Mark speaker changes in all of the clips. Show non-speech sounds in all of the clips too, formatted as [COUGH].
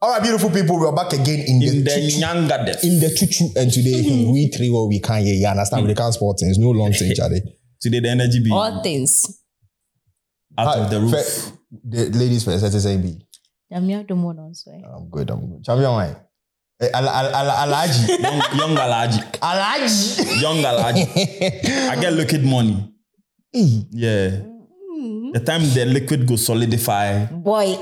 Speaker 1: All right, beautiful people, we are back again in, the,
Speaker 2: in the
Speaker 1: choo-choo-
Speaker 2: Nyangadef.
Speaker 1: in the choo-choo. And today,
Speaker 3: Mm-hmm.
Speaker 1: we three what we can hear. You understand? We can't sport things. No long thing, Charlie.
Speaker 2: Today the energy be
Speaker 3: All things.
Speaker 2: [LAUGHS] out of the roof.
Speaker 1: Fe- the ladies first. Let's say B.
Speaker 3: Damia Domon also.
Speaker 1: I'm good. I'm good. Champion, why? Eh, Al- Al- Al- Alaji. [LAUGHS]
Speaker 2: Young, young Alaji.
Speaker 1: Alaji.
Speaker 2: Young Alaji. I get liquid money.
Speaker 1: Hey,
Speaker 2: Yeah.
Speaker 3: Mm.
Speaker 2: The time the liquid go solidify.
Speaker 3: Boy. [LAUGHS]
Speaker 2: Mube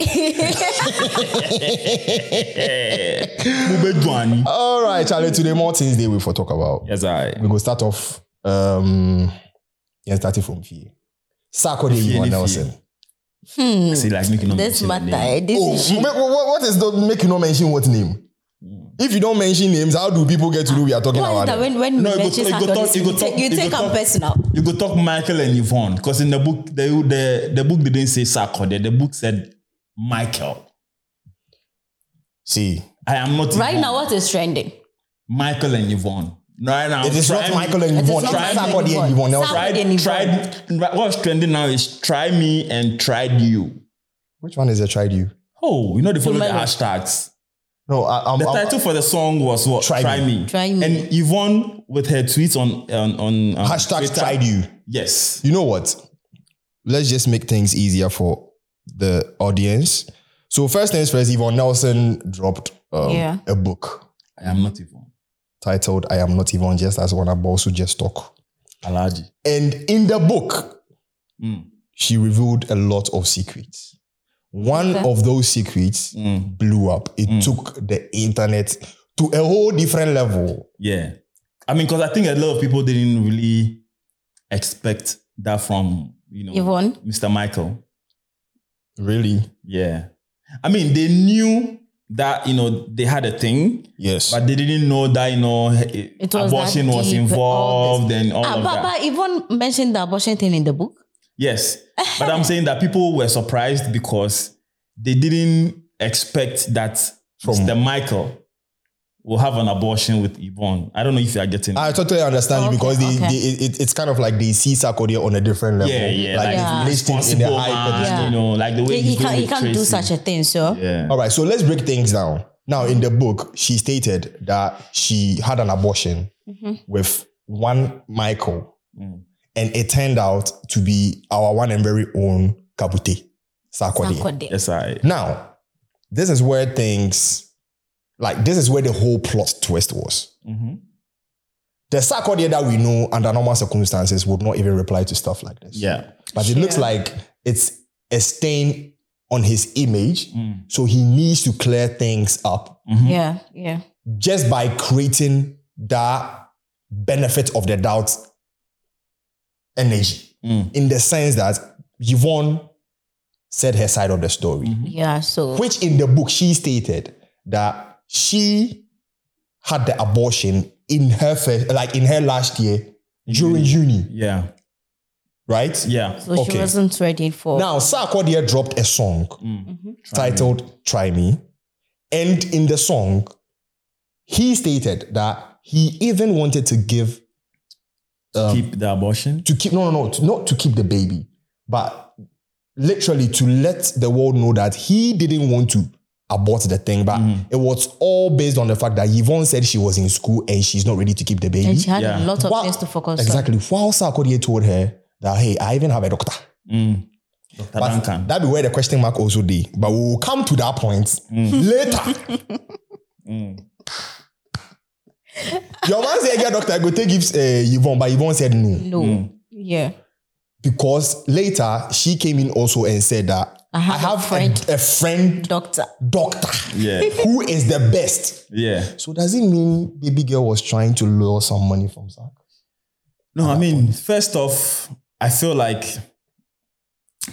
Speaker 2: Dwani.
Speaker 1: All right, Charlie. Today, more things they we for talk about.
Speaker 2: Yes, I.
Speaker 1: We go start off. Um, yeah, starting from fear. Sako de
Speaker 2: Fie
Speaker 1: Yvonne
Speaker 2: ne
Speaker 1: Nelson.
Speaker 2: fie.
Speaker 1: Mm.
Speaker 2: See, like making no
Speaker 3: this
Speaker 2: mention of
Speaker 3: matter.
Speaker 2: name.
Speaker 3: eh, This
Speaker 1: Oh,
Speaker 3: issue.
Speaker 1: me- wha- wha- what is the make you not mention what name?
Speaker 2: Mm.
Speaker 1: If you don't mention names, how do people get to know we are talking
Speaker 3: What is
Speaker 1: about?
Speaker 3: that
Speaker 1: them?
Speaker 3: when, when
Speaker 2: Oh. No, it
Speaker 3: we
Speaker 2: go-
Speaker 3: mention
Speaker 2: it go
Speaker 3: Saturday,
Speaker 2: talk- it go
Speaker 3: you take,
Speaker 2: talk-
Speaker 3: you
Speaker 2: it go
Speaker 3: take
Speaker 2: talk.
Speaker 3: am personal.
Speaker 2: You go talk Michael and Yvonne because in the book the the, the book didn't say Sako. The, the book said Michael.
Speaker 1: See,
Speaker 2: I am not
Speaker 3: Right
Speaker 2: Yvonne.
Speaker 3: now, what is trending?
Speaker 2: Mm. Michael and Yvonne. Right now,
Speaker 1: it is
Speaker 2: try
Speaker 1: not
Speaker 2: me.
Speaker 1: Michael and
Speaker 3: It is
Speaker 1: Yvonne.
Speaker 3: not
Speaker 1: It's
Speaker 3: Michael
Speaker 1: Sako
Speaker 3: and
Speaker 1: de
Speaker 3: Yvonne.
Speaker 1: Yvonne Nelson.
Speaker 3: Sako-
Speaker 2: tried,
Speaker 3: and
Speaker 2: tried, what's trending now is try me and tried you.
Speaker 1: Which one is a tried you?
Speaker 2: Oh, you know they follow the
Speaker 3: Tomorrow.
Speaker 2: hashtags.
Speaker 1: No, I, I'm,
Speaker 2: The
Speaker 1: I'm-
Speaker 2: title for the song was what?
Speaker 1: Try
Speaker 2: Try,
Speaker 1: Me.
Speaker 2: me.
Speaker 3: Try Me.
Speaker 2: And Yvonne with her tweets on on on um,
Speaker 1: hashtag
Speaker 2: Twitter.
Speaker 1: tried you.
Speaker 2: Yes.
Speaker 1: You know what? Let's just make things easier for the audience. So first things first, Yvonne Nelson dropped um,
Speaker 3: Yeah.
Speaker 1: a book
Speaker 2: I am not Yvonne.
Speaker 1: titled "I Am Not Yvonne," just as one of also just talk.
Speaker 2: Alaji.
Speaker 1: And in the book,
Speaker 2: Mm.
Speaker 1: she revealed a lot of secrets. One
Speaker 3: Okay.
Speaker 1: of those secrets
Speaker 2: Mm.
Speaker 1: blew up. It
Speaker 2: Mm.
Speaker 1: took the internet to a whole different level.
Speaker 2: Yeah. I mean, because I think a lot of people didn't really expect that from you know
Speaker 3: Yvonne?
Speaker 2: Mr. Michael.
Speaker 1: Really?
Speaker 2: Yeah. I mean, they knew that, you know, they had a thing,
Speaker 1: Yes.
Speaker 2: but they didn't know that, you know, it
Speaker 3: was that
Speaker 2: abortion was
Speaker 3: deep, all
Speaker 2: involved and all
Speaker 3: ah,
Speaker 2: of that.
Speaker 3: but, but Yvonne mentioned the abortion thing in the book.
Speaker 2: Yes. But I'm saying that people were surprised because they didn't expect that
Speaker 1: From-
Speaker 2: Mr. Michael will have an abortion with Yvonne. I don't know if you are getting
Speaker 1: I totally understand
Speaker 3: Okay,
Speaker 1: you because they,
Speaker 3: okay.
Speaker 1: they it, it- it's kind of like they see Sarkodie on a different level.
Speaker 2: Yeah, yeah.
Speaker 1: Like,
Speaker 2: Like,
Speaker 3: Yeah.
Speaker 1: they've placed him in the
Speaker 2: responsible
Speaker 1: high
Speaker 2: man,
Speaker 1: pedestal.
Speaker 3: Yeah.
Speaker 2: you know, like the way
Speaker 3: He, he
Speaker 2: he's
Speaker 3: can't,
Speaker 2: doing
Speaker 3: he
Speaker 2: with
Speaker 3: can't do
Speaker 2: Tracy.
Speaker 3: such a thing, so.
Speaker 2: Yeah.
Speaker 1: All right, so let's break things down. Now, in the book, she stated that she had an abortion
Speaker 3: Mm-hmm.
Speaker 1: with one Michael,
Speaker 2: Mm.
Speaker 1: and it turned out to be our one and very own Kabute Sarkodie.
Speaker 3: Sarkodie.
Speaker 2: Yes, I.
Speaker 1: Now, this is where things like this is where the whole plot twist was.
Speaker 2: Mhm.
Speaker 1: The Sarkodie that we know under normal circumstances would not even reply to stuff like this.
Speaker 2: Yeah.
Speaker 1: But it looks
Speaker 3: Yeah.
Speaker 1: like it's a stain on his image.
Speaker 2: Mm.
Speaker 1: So he needs to clear things up
Speaker 2: Mhm.
Speaker 3: Yeah, yeah.
Speaker 1: just by creating that benefit of the doubt energy.
Speaker 2: Mm.
Speaker 1: In the sense that Yvonne said her side of the story.
Speaker 2: Mhm.
Speaker 3: Yeah, so.
Speaker 1: which in the book she stated that she had the abortion in her first, like in her last year during uni,
Speaker 2: Yeah.
Speaker 1: right?
Speaker 2: Mm. Yeah.
Speaker 3: So
Speaker 1: okay.
Speaker 3: she wasn't ready for.
Speaker 1: Now, Sarkodie dropped a song
Speaker 2: Mm.
Speaker 1: titled Try Me. And in the song, he stated that he even wanted to give, um,
Speaker 2: Keep the abortion.
Speaker 1: to keep, no, no, no, to- not to keep the baby, but literally to let the world know that he didn't want to abort the thing, but it was all based on the fact that Yvonne said she was in school and she's not ready to keep the baby.
Speaker 3: and she had
Speaker 2: Yeah.
Speaker 3: a lot of
Speaker 1: Wow.
Speaker 3: things to focus on.
Speaker 1: exactly. While Sarkodie told her that, hey, I even have a doctor.
Speaker 2: Mm. Dr.
Speaker 1: But
Speaker 2: Duncan.
Speaker 1: That'd be where the question mark also be. But we'll come to that point later.
Speaker 2: Mm.
Speaker 1: Your man said, yeah, doctor, I go take if, uh, Yvonne, but Yvonne said no.
Speaker 3: No.
Speaker 2: Mm.
Speaker 3: Yeah.
Speaker 1: Because later she came in also and said that
Speaker 3: I have a friend."
Speaker 1: a, a friend
Speaker 3: Doctor.
Speaker 1: doctor
Speaker 2: Yeah.
Speaker 1: who is the best.
Speaker 2: Yeah.
Speaker 1: So does it mean baby girl was trying to lure some money from Sark?
Speaker 2: No, I mean, first off, I feel like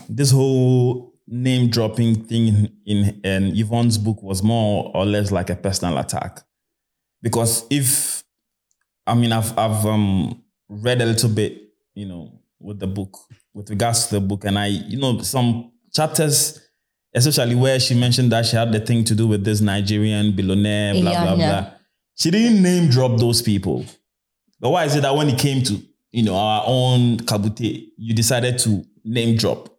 Speaker 2: this whole name dropping thing in, in Yvonne's book was more or less like a personal attack. Because if, I mean, I've, I've um, read a little bit, you know, with the book, with regards to the book, and I, you know, some chapters, especially where she mentioned that she had the thing to do with this Nigerian billionaire, blah, blah,
Speaker 3: Yeah, yeah.
Speaker 2: blah. She didn't name drop those people. But why is it that when it came to you know our own Kabute, you decided to name drop?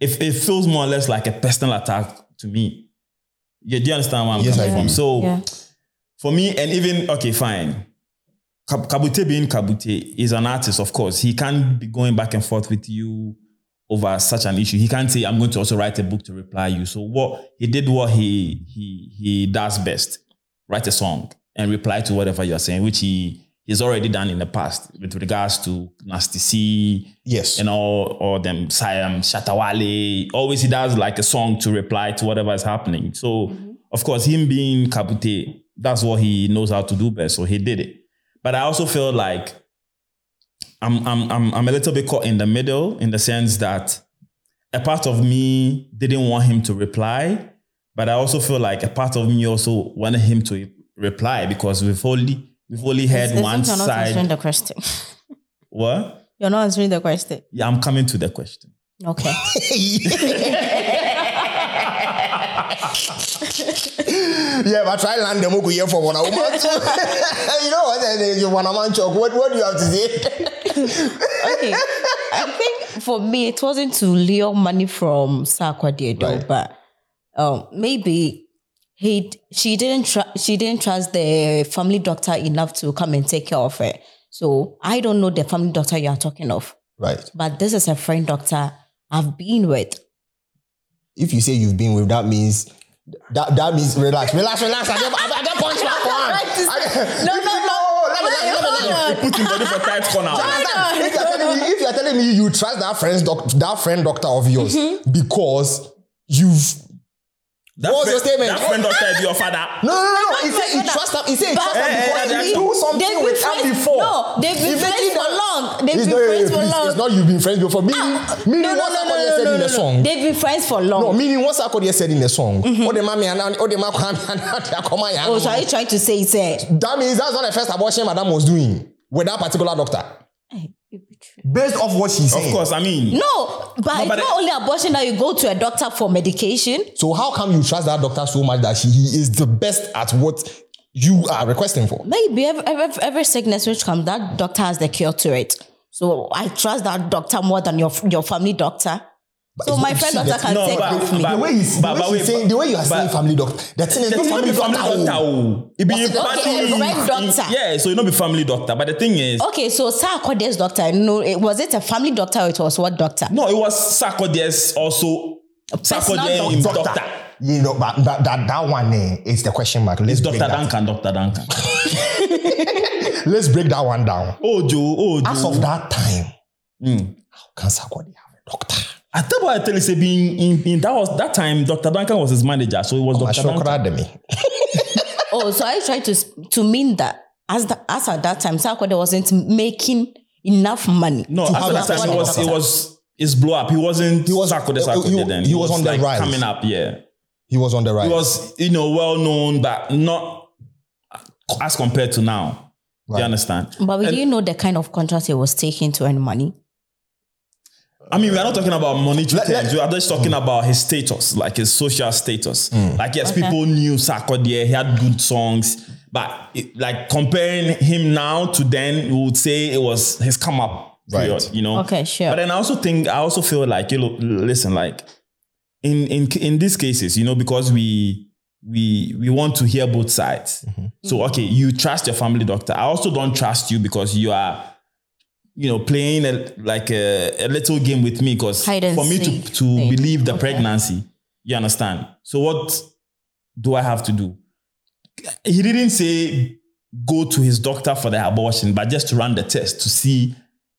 Speaker 2: It, it feels more or less like a personal attack to me. Yeah, do you understand where I'm
Speaker 1: Yes,
Speaker 2: coming
Speaker 1: I
Speaker 2: from?
Speaker 1: do.
Speaker 2: So
Speaker 3: Yeah.
Speaker 2: for me, and even okay, fine. Kab- Kabute being Kabute is an artist, of course. He can't be going back and forth with you over such an issue. He can't say, "I'm going to also write a book to reply you." So what he did, what he he he does best, write a song and reply to whatever you're saying, which he he's already done in the past with regards to Nasty C,
Speaker 1: Yes.
Speaker 2: and all all them Siam Shatawale. Always he does like a song to reply to whatever is happening. So
Speaker 3: Mm-hmm.
Speaker 2: of course, him being Kabute, that's what he knows how to do best. So he did it. But I also feel like I'm I'm I'm I'm a little bit caught in the middle in the sense that a part of me didn't want him to reply, but I also feel like a part of me also wanted him to reply because we've only we've only heard
Speaker 3: It's- it's
Speaker 2: one
Speaker 3: like you're not answering
Speaker 2: side.
Speaker 3: the question. [LAUGHS]
Speaker 2: What?
Speaker 3: You're not answering the question.
Speaker 2: Yeah, I'm coming to the question.
Speaker 3: Okay.
Speaker 1: [LAUGHS] yeah, but try land the moku here for one hour. you know what? eh, eh, [LAUGHS] You want a man chok. What, what do you have to say? [LAUGHS]
Speaker 3: okay. I think for me, it wasn't to lure money from Sakwa Diedo,
Speaker 1: Right.
Speaker 3: but um, maybe he she didn't tr- she didn't trust the family doctor enough to come and take care of her. So I don't know the family doctor you are talking of,
Speaker 1: Right.
Speaker 3: but this is a friend doctor I've been with.
Speaker 1: If you say you've been with, that means that that means relax, relax, relax. I get, I get punch back one. I get-
Speaker 3: No, no,
Speaker 1: If you- Oh,
Speaker 3: no.
Speaker 1: Let me land, let me land.
Speaker 3: Hold on.
Speaker 2: Put him body for tight corner.
Speaker 1: Understand?
Speaker 3: no.
Speaker 1: If you're telling me, if you're telling me you trust that friend's doc, that friend doctor of yours
Speaker 3: Mm-hmm.
Speaker 1: because you've
Speaker 2: That
Speaker 1: What was your
Speaker 2: friend-
Speaker 1: statement?
Speaker 2: That friend doctor is your father.
Speaker 1: no no no no. He
Speaker 3: my
Speaker 1: said he
Speaker 3: brother.
Speaker 1: trust that. He said he
Speaker 3: But-
Speaker 1: trust that
Speaker 2: Hey,
Speaker 1: before
Speaker 2: hey,
Speaker 1: you
Speaker 2: hey,
Speaker 1: do
Speaker 3: They've
Speaker 1: something
Speaker 3: been
Speaker 1: with
Speaker 3: friends.
Speaker 1: that before.
Speaker 3: No, they've been
Speaker 1: You're
Speaker 3: friends
Speaker 1: making
Speaker 3: for
Speaker 1: that-
Speaker 3: long. They've
Speaker 1: It's
Speaker 3: been
Speaker 1: not-
Speaker 3: friends
Speaker 1: please,
Speaker 3: for
Speaker 1: It's
Speaker 3: long. Ah,
Speaker 1: not you've been friends before. Meaning, meaning
Speaker 3: No, no,
Speaker 1: what
Speaker 3: no,
Speaker 1: Sarkodie
Speaker 3: no,
Speaker 1: said
Speaker 3: no,
Speaker 1: in
Speaker 3: no,
Speaker 1: the
Speaker 3: no.
Speaker 1: song.
Speaker 3: They've been friends for long.
Speaker 1: No, meaning what Sarkodie said in the song. Oh, the mommy and oh, the man,
Speaker 3: Mm-hmm.
Speaker 1: [LAUGHS]
Speaker 3: oh,
Speaker 1: oh,
Speaker 3: so are you trying to say it's a
Speaker 1: That means that's not the first abortion Madam was doing with that particular doctor. Based off what she said.
Speaker 2: Of course, I mean,
Speaker 3: No, but it's
Speaker 2: but
Speaker 3: not only abortion that you go to a doctor for medication.
Speaker 1: So how come you trust that doctor so much that she, he is the best at what you are requesting for?
Speaker 3: Maybe every, every, every sickness which comes, that doctor has the cure to it. So I trust that doctor more than your your family doctor. so
Speaker 1: it's
Speaker 3: my
Speaker 1: not-
Speaker 3: friend
Speaker 1: see,
Speaker 3: doctor
Speaker 1: that's-
Speaker 3: can
Speaker 2: No,
Speaker 3: take
Speaker 2: but-
Speaker 3: care of me.
Speaker 1: The way he's,
Speaker 2: But-
Speaker 1: the, way
Speaker 2: but
Speaker 1: she's
Speaker 2: wait,
Speaker 1: saying, the way you are
Speaker 2: but-
Speaker 1: saying family doctor, the thing is
Speaker 2: there's
Speaker 1: not
Speaker 2: no be family doctor.
Speaker 1: oh.
Speaker 2: oh. It be
Speaker 3: Okay,
Speaker 2: party-
Speaker 3: a friend doctor.
Speaker 2: Yeah, so you know be family doctor. But the thing is,
Speaker 1: Oh.
Speaker 3: Okay, so Sir Kode's doctor, no, it, was it a family doctor or it was what doctor?
Speaker 2: no, it was Sarkodie's also
Speaker 3: personal
Speaker 2: Sarkodie him
Speaker 1: Doctor.
Speaker 2: doctor.
Speaker 1: You know, but that, that, that one eh, is the question mark. Let's
Speaker 2: It's
Speaker 1: break
Speaker 2: Doctor
Speaker 1: that.
Speaker 2: Duncan, Doctor Duncan.
Speaker 1: Let's break that one down.
Speaker 2: Oh Joe, oh Joe.
Speaker 1: As of that time,
Speaker 2: Mm.
Speaker 1: how can Sarkodie have a doctor?
Speaker 2: I tell you what I tell you, say being in, in that was that time Doctor Duncan was his manager, so it was Doctor Duncan.
Speaker 1: Ashokra Demi.
Speaker 3: Oh, so I tried to s- to mean that as the, as at that time, Sir Kode wasn't making enough money.
Speaker 2: No,
Speaker 1: To
Speaker 2: after
Speaker 1: have
Speaker 2: that
Speaker 1: a
Speaker 2: time it
Speaker 1: family
Speaker 2: was it
Speaker 1: doctor.
Speaker 2: was his blow up. He wasn't
Speaker 1: He was-
Speaker 2: Sarkodie,
Speaker 1: he-
Speaker 2: Sarkodie
Speaker 1: he-
Speaker 2: then.
Speaker 1: he was on the
Speaker 2: like
Speaker 1: rise.
Speaker 2: coming up, yeah.
Speaker 1: He was on the right.
Speaker 2: He was, you know, well known, but not as compared to now. Do
Speaker 1: Right.
Speaker 2: You understand?
Speaker 3: But we
Speaker 2: And-
Speaker 3: didn't know the kind of contract he was taking to earn money.
Speaker 2: I mean, we are not talking about monetary
Speaker 1: Let- let-
Speaker 2: terms. We are just talking about his status, like his social status.
Speaker 1: Hmm.
Speaker 2: Like, yes,
Speaker 3: Okay.
Speaker 2: people knew Sarkodie. He had good songs, but it, like comparing him now to then, you would say it was his come up
Speaker 1: Right.
Speaker 2: period. You know?
Speaker 3: Okay, sure.
Speaker 2: But then I also think I also feel like you know, listen, like in in in these cases, you know, because we we we want to hear both sides.
Speaker 1: Mm-hmm.
Speaker 2: So okay, you trust your family doctor. I also don't trust you because you are, you know, playing a, like a, a little game with me because
Speaker 3: Hide and
Speaker 2: for me
Speaker 3: seek
Speaker 2: to to
Speaker 3: thing.
Speaker 2: believe the
Speaker 3: Okay.
Speaker 2: pregnancy, you understand. So what do I have to do? He didn't say go to his doctor for the abortion, but just to run the test to see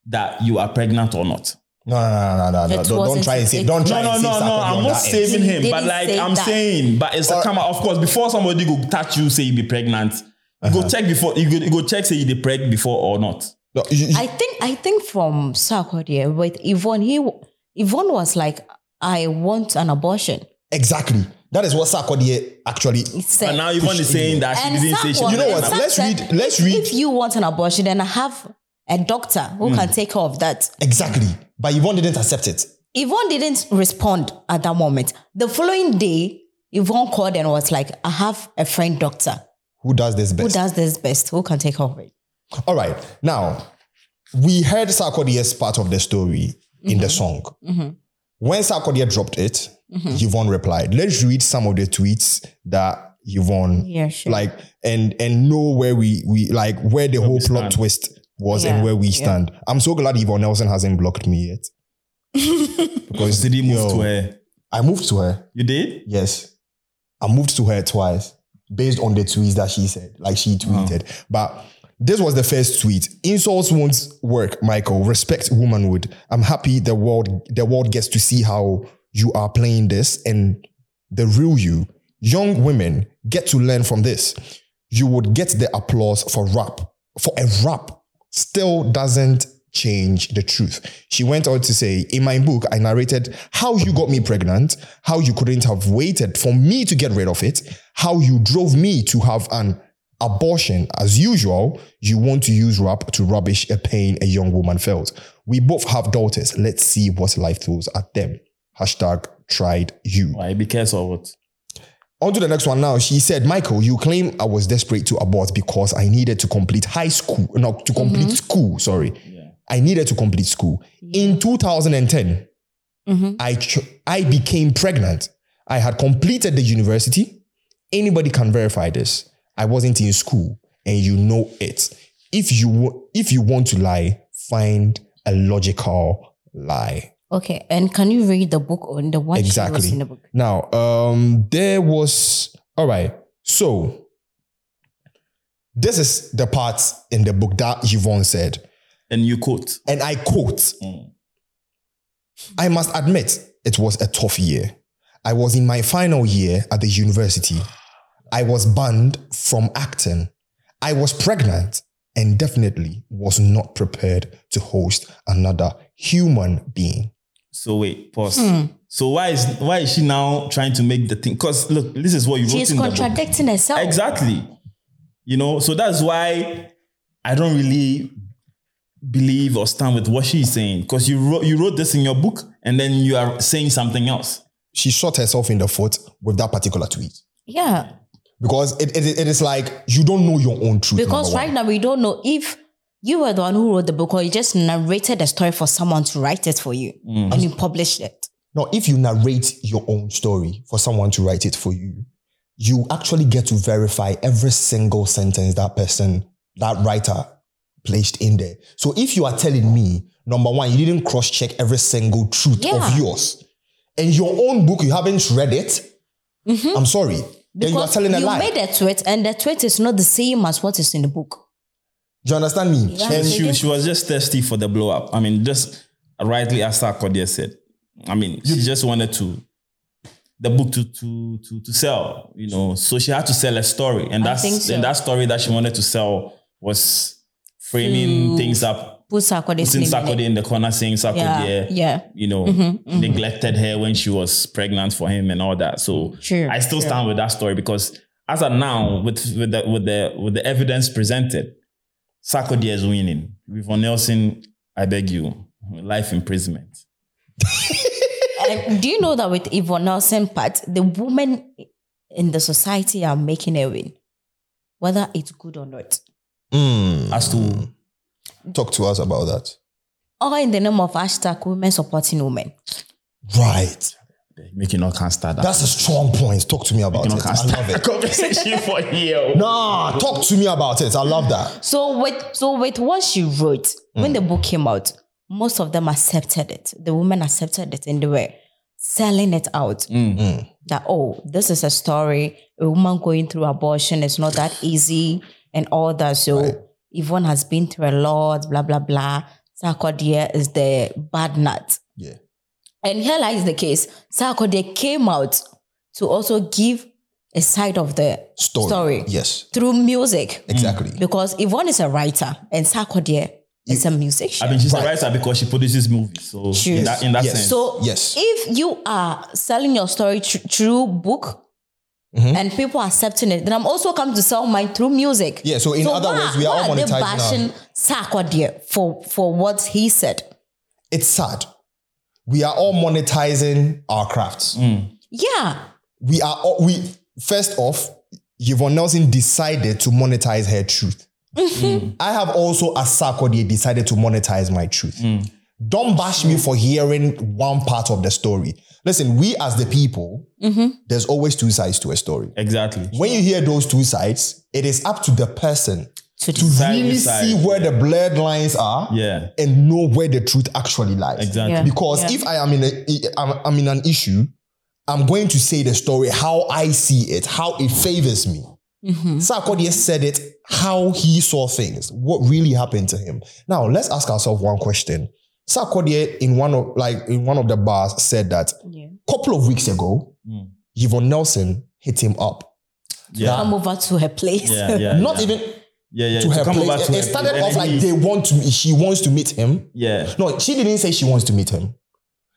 Speaker 2: that you are pregnant or not.
Speaker 1: no, no, no, no, no, no.
Speaker 3: It
Speaker 1: Don't, don't
Speaker 3: wasn't-
Speaker 1: try and say.
Speaker 3: it-
Speaker 1: Don't try
Speaker 2: No, no,
Speaker 1: and say
Speaker 2: no, no.
Speaker 1: Sarkodie
Speaker 2: I'm
Speaker 1: on
Speaker 2: not
Speaker 1: that end.
Speaker 2: saving
Speaker 3: He
Speaker 2: him, but
Speaker 3: didn't
Speaker 2: like
Speaker 3: say
Speaker 2: I'm
Speaker 3: that.
Speaker 2: saying, but it's a come out. Of course, before somebody go touch you, say you be pregnant, you
Speaker 1: Uh-huh.
Speaker 2: go check before you go, you go check say you be preg before or not.
Speaker 1: No, you- you-
Speaker 3: I think I think from Sarkodie with Yvonne, he w- Yvonne was like, I want an abortion.
Speaker 1: exactly. That is what Sarkodie actually
Speaker 3: He said,
Speaker 2: But now Yvonne is saying that she
Speaker 3: and
Speaker 2: didn't
Speaker 3: Sark
Speaker 2: say she.
Speaker 3: was-
Speaker 1: You know
Speaker 3: and
Speaker 1: what?
Speaker 3: Sark
Speaker 1: Let's
Speaker 3: said,
Speaker 1: read- let's
Speaker 3: "If-
Speaker 1: read-
Speaker 3: If you want an abortion, then I have a doctor who can
Speaker 1: Hmm.
Speaker 3: take care of that.
Speaker 1: exactly. But Yvonne didn't accept it.
Speaker 3: Yvonne didn't respond at that moment. The following day, Yvonne called and was like, I have a friend doctor
Speaker 1: Who does this
Speaker 3: who
Speaker 1: best?
Speaker 3: does this best, who can take care of it.
Speaker 1: All right. Now, we
Speaker 3: Mm-hmm.
Speaker 1: heard Sarkodie's part of the story in the song. When Sarkodie dropped it,
Speaker 3: Mm-hmm.
Speaker 1: Yvonne replied. Let's read some of the tweets that Yvonne
Speaker 3: Yeah, sure.
Speaker 1: like and and know where we we like where the whole
Speaker 2: we
Speaker 1: plot
Speaker 2: stand.
Speaker 1: twist was
Speaker 3: Yeah,
Speaker 1: and where we
Speaker 3: yeah.
Speaker 1: stand. I'm so glad Yvonne Nelson hasn't blocked me
Speaker 3: [LAUGHS]
Speaker 1: yet. because
Speaker 2: Did he move
Speaker 1: yo,
Speaker 2: to her?
Speaker 1: I moved to her.
Speaker 2: You did?
Speaker 1: Yes. I moved to her twice based on the tweets that she said, like she tweeted. But this was the first tweet. Insults won't work, Michael. Respect womanhood. I'm happy the world the world gets to see how you are playing this and the real you. Young women get to learn from this. You would get the applause for rap. For a rap still doesn't change the truth. She went on to say, In my book, I narrated how you got me pregnant, how you couldn't have waited for me to get rid of it, how you drove me to have an abortion. As usual, you want to use rap to rubbish a pain a young woman felt. We both have daughters. Let's see what life throws at them. Hashtag tried you.
Speaker 2: Why? Because of what?
Speaker 1: On to the next one now. She said, Michael, you claim I was desperate to abort because I needed to complete high school. No, to complete school, sorry.
Speaker 2: Yeah.
Speaker 1: I needed to complete school. In 2010,
Speaker 3: Mhm.
Speaker 1: I ch- I became pregnant. I had completed the university. Anybody can verify this. I wasn't in school, and you know it. If you wa- if you want to lie, find a logical lie.
Speaker 3: Okay, and can you read the book on the one she was
Speaker 1: Exactly.
Speaker 3: in the book?
Speaker 1: Now, um, there was all right. So this is the part in the book that Yvonne said,
Speaker 2: And you quote.
Speaker 1: and I quote.
Speaker 2: Mm.
Speaker 1: I must admit, it was a tough year. I was in my final year at the university. I was banned from acting. I was pregnant and definitely was not prepared to host another human being.
Speaker 2: So wait, pause.
Speaker 3: Hmm.
Speaker 2: So why is why is she now trying to make the thing? Because look, this is what you wrote
Speaker 3: She's
Speaker 2: in the book.
Speaker 3: contradicting herself.
Speaker 2: Exactly. You know, so that's why I don't really believe or stand with what she's saying. Because you wrote you wrote this in your book and then you are saying something else.
Speaker 1: She shot herself in the foot with that particular tweet
Speaker 3: Yeah,
Speaker 1: because it, it, it is like you don't know your own truth. number
Speaker 3: because
Speaker 1: one.
Speaker 3: right now we don't know if you were the one who wrote the book or you just narrated a story for someone to write it for you
Speaker 1: Hmm.
Speaker 3: and you published it.
Speaker 1: Now, if you narrate your own story for someone to write it for you, you actually get to verify every single sentence that person, that writer placed in there. So if you are telling me, number one, you didn't cross check every single truth
Speaker 3: Yeah.
Speaker 1: of yours, and your own book, you haven't read it, I'm sorry. then you are
Speaker 3: Mm-hmm. Because
Speaker 1: telling a
Speaker 3: you
Speaker 1: lie.
Speaker 3: made a tweet and the tweet is not the same as what is in the book.
Speaker 1: Do you understand me?
Speaker 3: Yeah.
Speaker 1: And-
Speaker 3: She
Speaker 2: She, she was just thirsty for the blow up. I mean, just rightly as Sarkodia said. I mean, she just wanted to the book to to to to sell, you know. So she had to sell a story. And that's
Speaker 3: think so.
Speaker 2: and that story that she wanted to sell was framing things up
Speaker 3: Put Sarkody's
Speaker 2: putting
Speaker 3: name in
Speaker 2: Sarkodie
Speaker 3: it.
Speaker 2: in the corner, saying Sarkodie,
Speaker 3: Yeah, yeah.
Speaker 2: you know,
Speaker 3: Mm-hmm,
Speaker 2: neglected her when she was pregnant for him and all that. So
Speaker 3: True,
Speaker 2: I still stand with that story because as of now, with with the with the with the evidence presented, Sarkodie is winning. Yvonne Nelson, I beg you, life imprisonment.
Speaker 3: And do you know that with Yvonne Nelson part, the women in the society are making her win, whether it's good or not,
Speaker 1: Mm.
Speaker 2: As to
Speaker 1: Talk to us about that.
Speaker 3: or in the name of hashtag women supporting women.
Speaker 1: Right.
Speaker 2: making all can't start that
Speaker 1: That's a strong point. Talk to me about it.
Speaker 2: Making all can't
Speaker 1: I
Speaker 2: start
Speaker 1: love
Speaker 2: a
Speaker 1: it.
Speaker 2: conversation
Speaker 1: [LAUGHS]
Speaker 2: for you.
Speaker 1: Nah, talk to me about it. I love that.
Speaker 3: So with so with what she wrote when
Speaker 1: Mm.
Speaker 3: the book came out, most of them accepted it. The women accepted it and they were selling it out.
Speaker 1: Mm-hmm.
Speaker 3: That oh, this is a story. A woman going through abortion is not that easy and all that. So Yvonne has been through a lot, blah blah blah. Sarkodie is the bad nut.
Speaker 1: Yeah.
Speaker 3: And here lies the case. Sarkodie came out to also give a side of the
Speaker 1: Story.
Speaker 3: Story.
Speaker 1: Yes.
Speaker 3: through music.
Speaker 1: Exactly.
Speaker 3: Because Yvonne is a writer and Sarkodie is a musician.
Speaker 2: I mean, she's
Speaker 1: Right.
Speaker 2: a writer because she produces movies. So
Speaker 3: True.
Speaker 2: in that, in that
Speaker 1: Yes.
Speaker 2: sense,
Speaker 3: so
Speaker 1: yes.
Speaker 3: if you are selling your story thr- through book
Speaker 1: Mm-hmm.
Speaker 3: and people are accepting it, then I'm also come to sell mine through music.
Speaker 1: Yeah, so in other
Speaker 3: why-
Speaker 1: words, we are
Speaker 3: why
Speaker 1: all
Speaker 3: they
Speaker 1: monetizing our-
Speaker 3: bashing Sarkodie for, for what he said.
Speaker 1: it's sad. We are all monetizing our crafts.
Speaker 3: Yeah.
Speaker 1: We are all, we first off, Yvonne Nelson decided to [LAUGHS] monetize her truth. I have also, as Sarkodie, decided to monetize my truth. Don't bash me for hearing one part of the story. Listen, we as the people, there's always two sides to a story.
Speaker 2: Exactly.
Speaker 1: When you hear those two sides, it is up to the person
Speaker 3: To
Speaker 1: to
Speaker 3: decide
Speaker 1: really
Speaker 2: which side,
Speaker 1: see where the blurred lines are
Speaker 2: Yeah.
Speaker 1: and know where the truth actually lies.
Speaker 2: Exactly.
Speaker 3: Yeah.
Speaker 1: Because if I am in a, I'm, I'm in an issue, I'm going to say the story how I see it, how it favors me.
Speaker 3: Mhm.
Speaker 1: Sarkodie said it how he saw things, what really happened to him. Now let's ask ourselves one question. Sarkodie in one of like in one of the bars said that
Speaker 3: Yeah.
Speaker 1: a couple of weeks ago,
Speaker 2: Mm.
Speaker 1: Yvonne Nelson hit him up.
Speaker 2: Yeah.
Speaker 3: Come over to her place.
Speaker 2: Yeah. Yeah.
Speaker 1: Not
Speaker 2: yeah.
Speaker 1: even
Speaker 2: yeah, yeah.
Speaker 1: to her
Speaker 2: come
Speaker 1: place.
Speaker 2: over to
Speaker 1: it
Speaker 2: her
Speaker 1: started
Speaker 2: place.
Speaker 1: off
Speaker 2: And
Speaker 1: like
Speaker 2: he-
Speaker 1: they want to she wants to meet him.
Speaker 2: Yeah.
Speaker 1: No, she didn't say she wants to meet him.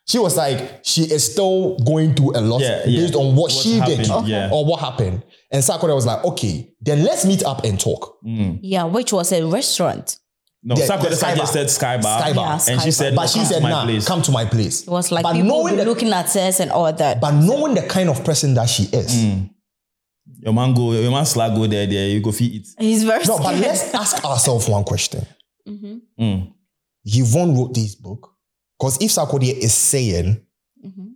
Speaker 1: She was like, she is still going through a lot
Speaker 2: Yeah, yeah.
Speaker 1: based on what
Speaker 2: What
Speaker 1: she did
Speaker 2: happened, yeah.
Speaker 1: or what happened. And Sarkodie was like, okay, then let's meet up and talk.
Speaker 2: Mm.
Speaker 3: [LAUGHS] Yeah, which was a restaurant.
Speaker 2: No,
Speaker 1: Yeah,
Speaker 2: Sarkodie
Speaker 1: the Sky Bar.
Speaker 2: suggested Sky Bar.
Speaker 1: Sky Bar.
Speaker 2: And she
Speaker 3: Sky
Speaker 2: said,
Speaker 3: Bar.
Speaker 2: no,
Speaker 1: But she
Speaker 2: come to
Speaker 1: said,
Speaker 2: my
Speaker 1: nah,
Speaker 2: place.
Speaker 1: come to my place.
Speaker 3: It was like
Speaker 1: but
Speaker 3: people
Speaker 1: knowing
Speaker 3: were
Speaker 1: the-
Speaker 3: looking at us and all that.
Speaker 1: But knowing the kind of person that she is,
Speaker 2: Mm. Your man go, your man slag go there, there, you go feed it.
Speaker 3: He's very
Speaker 1: no, but
Speaker 3: scared.
Speaker 1: let's ask ourselves one question.
Speaker 3: Mhm,
Speaker 2: Mm.
Speaker 1: Yvonne wrote this book because if Sarkodie is saying
Speaker 3: mhm.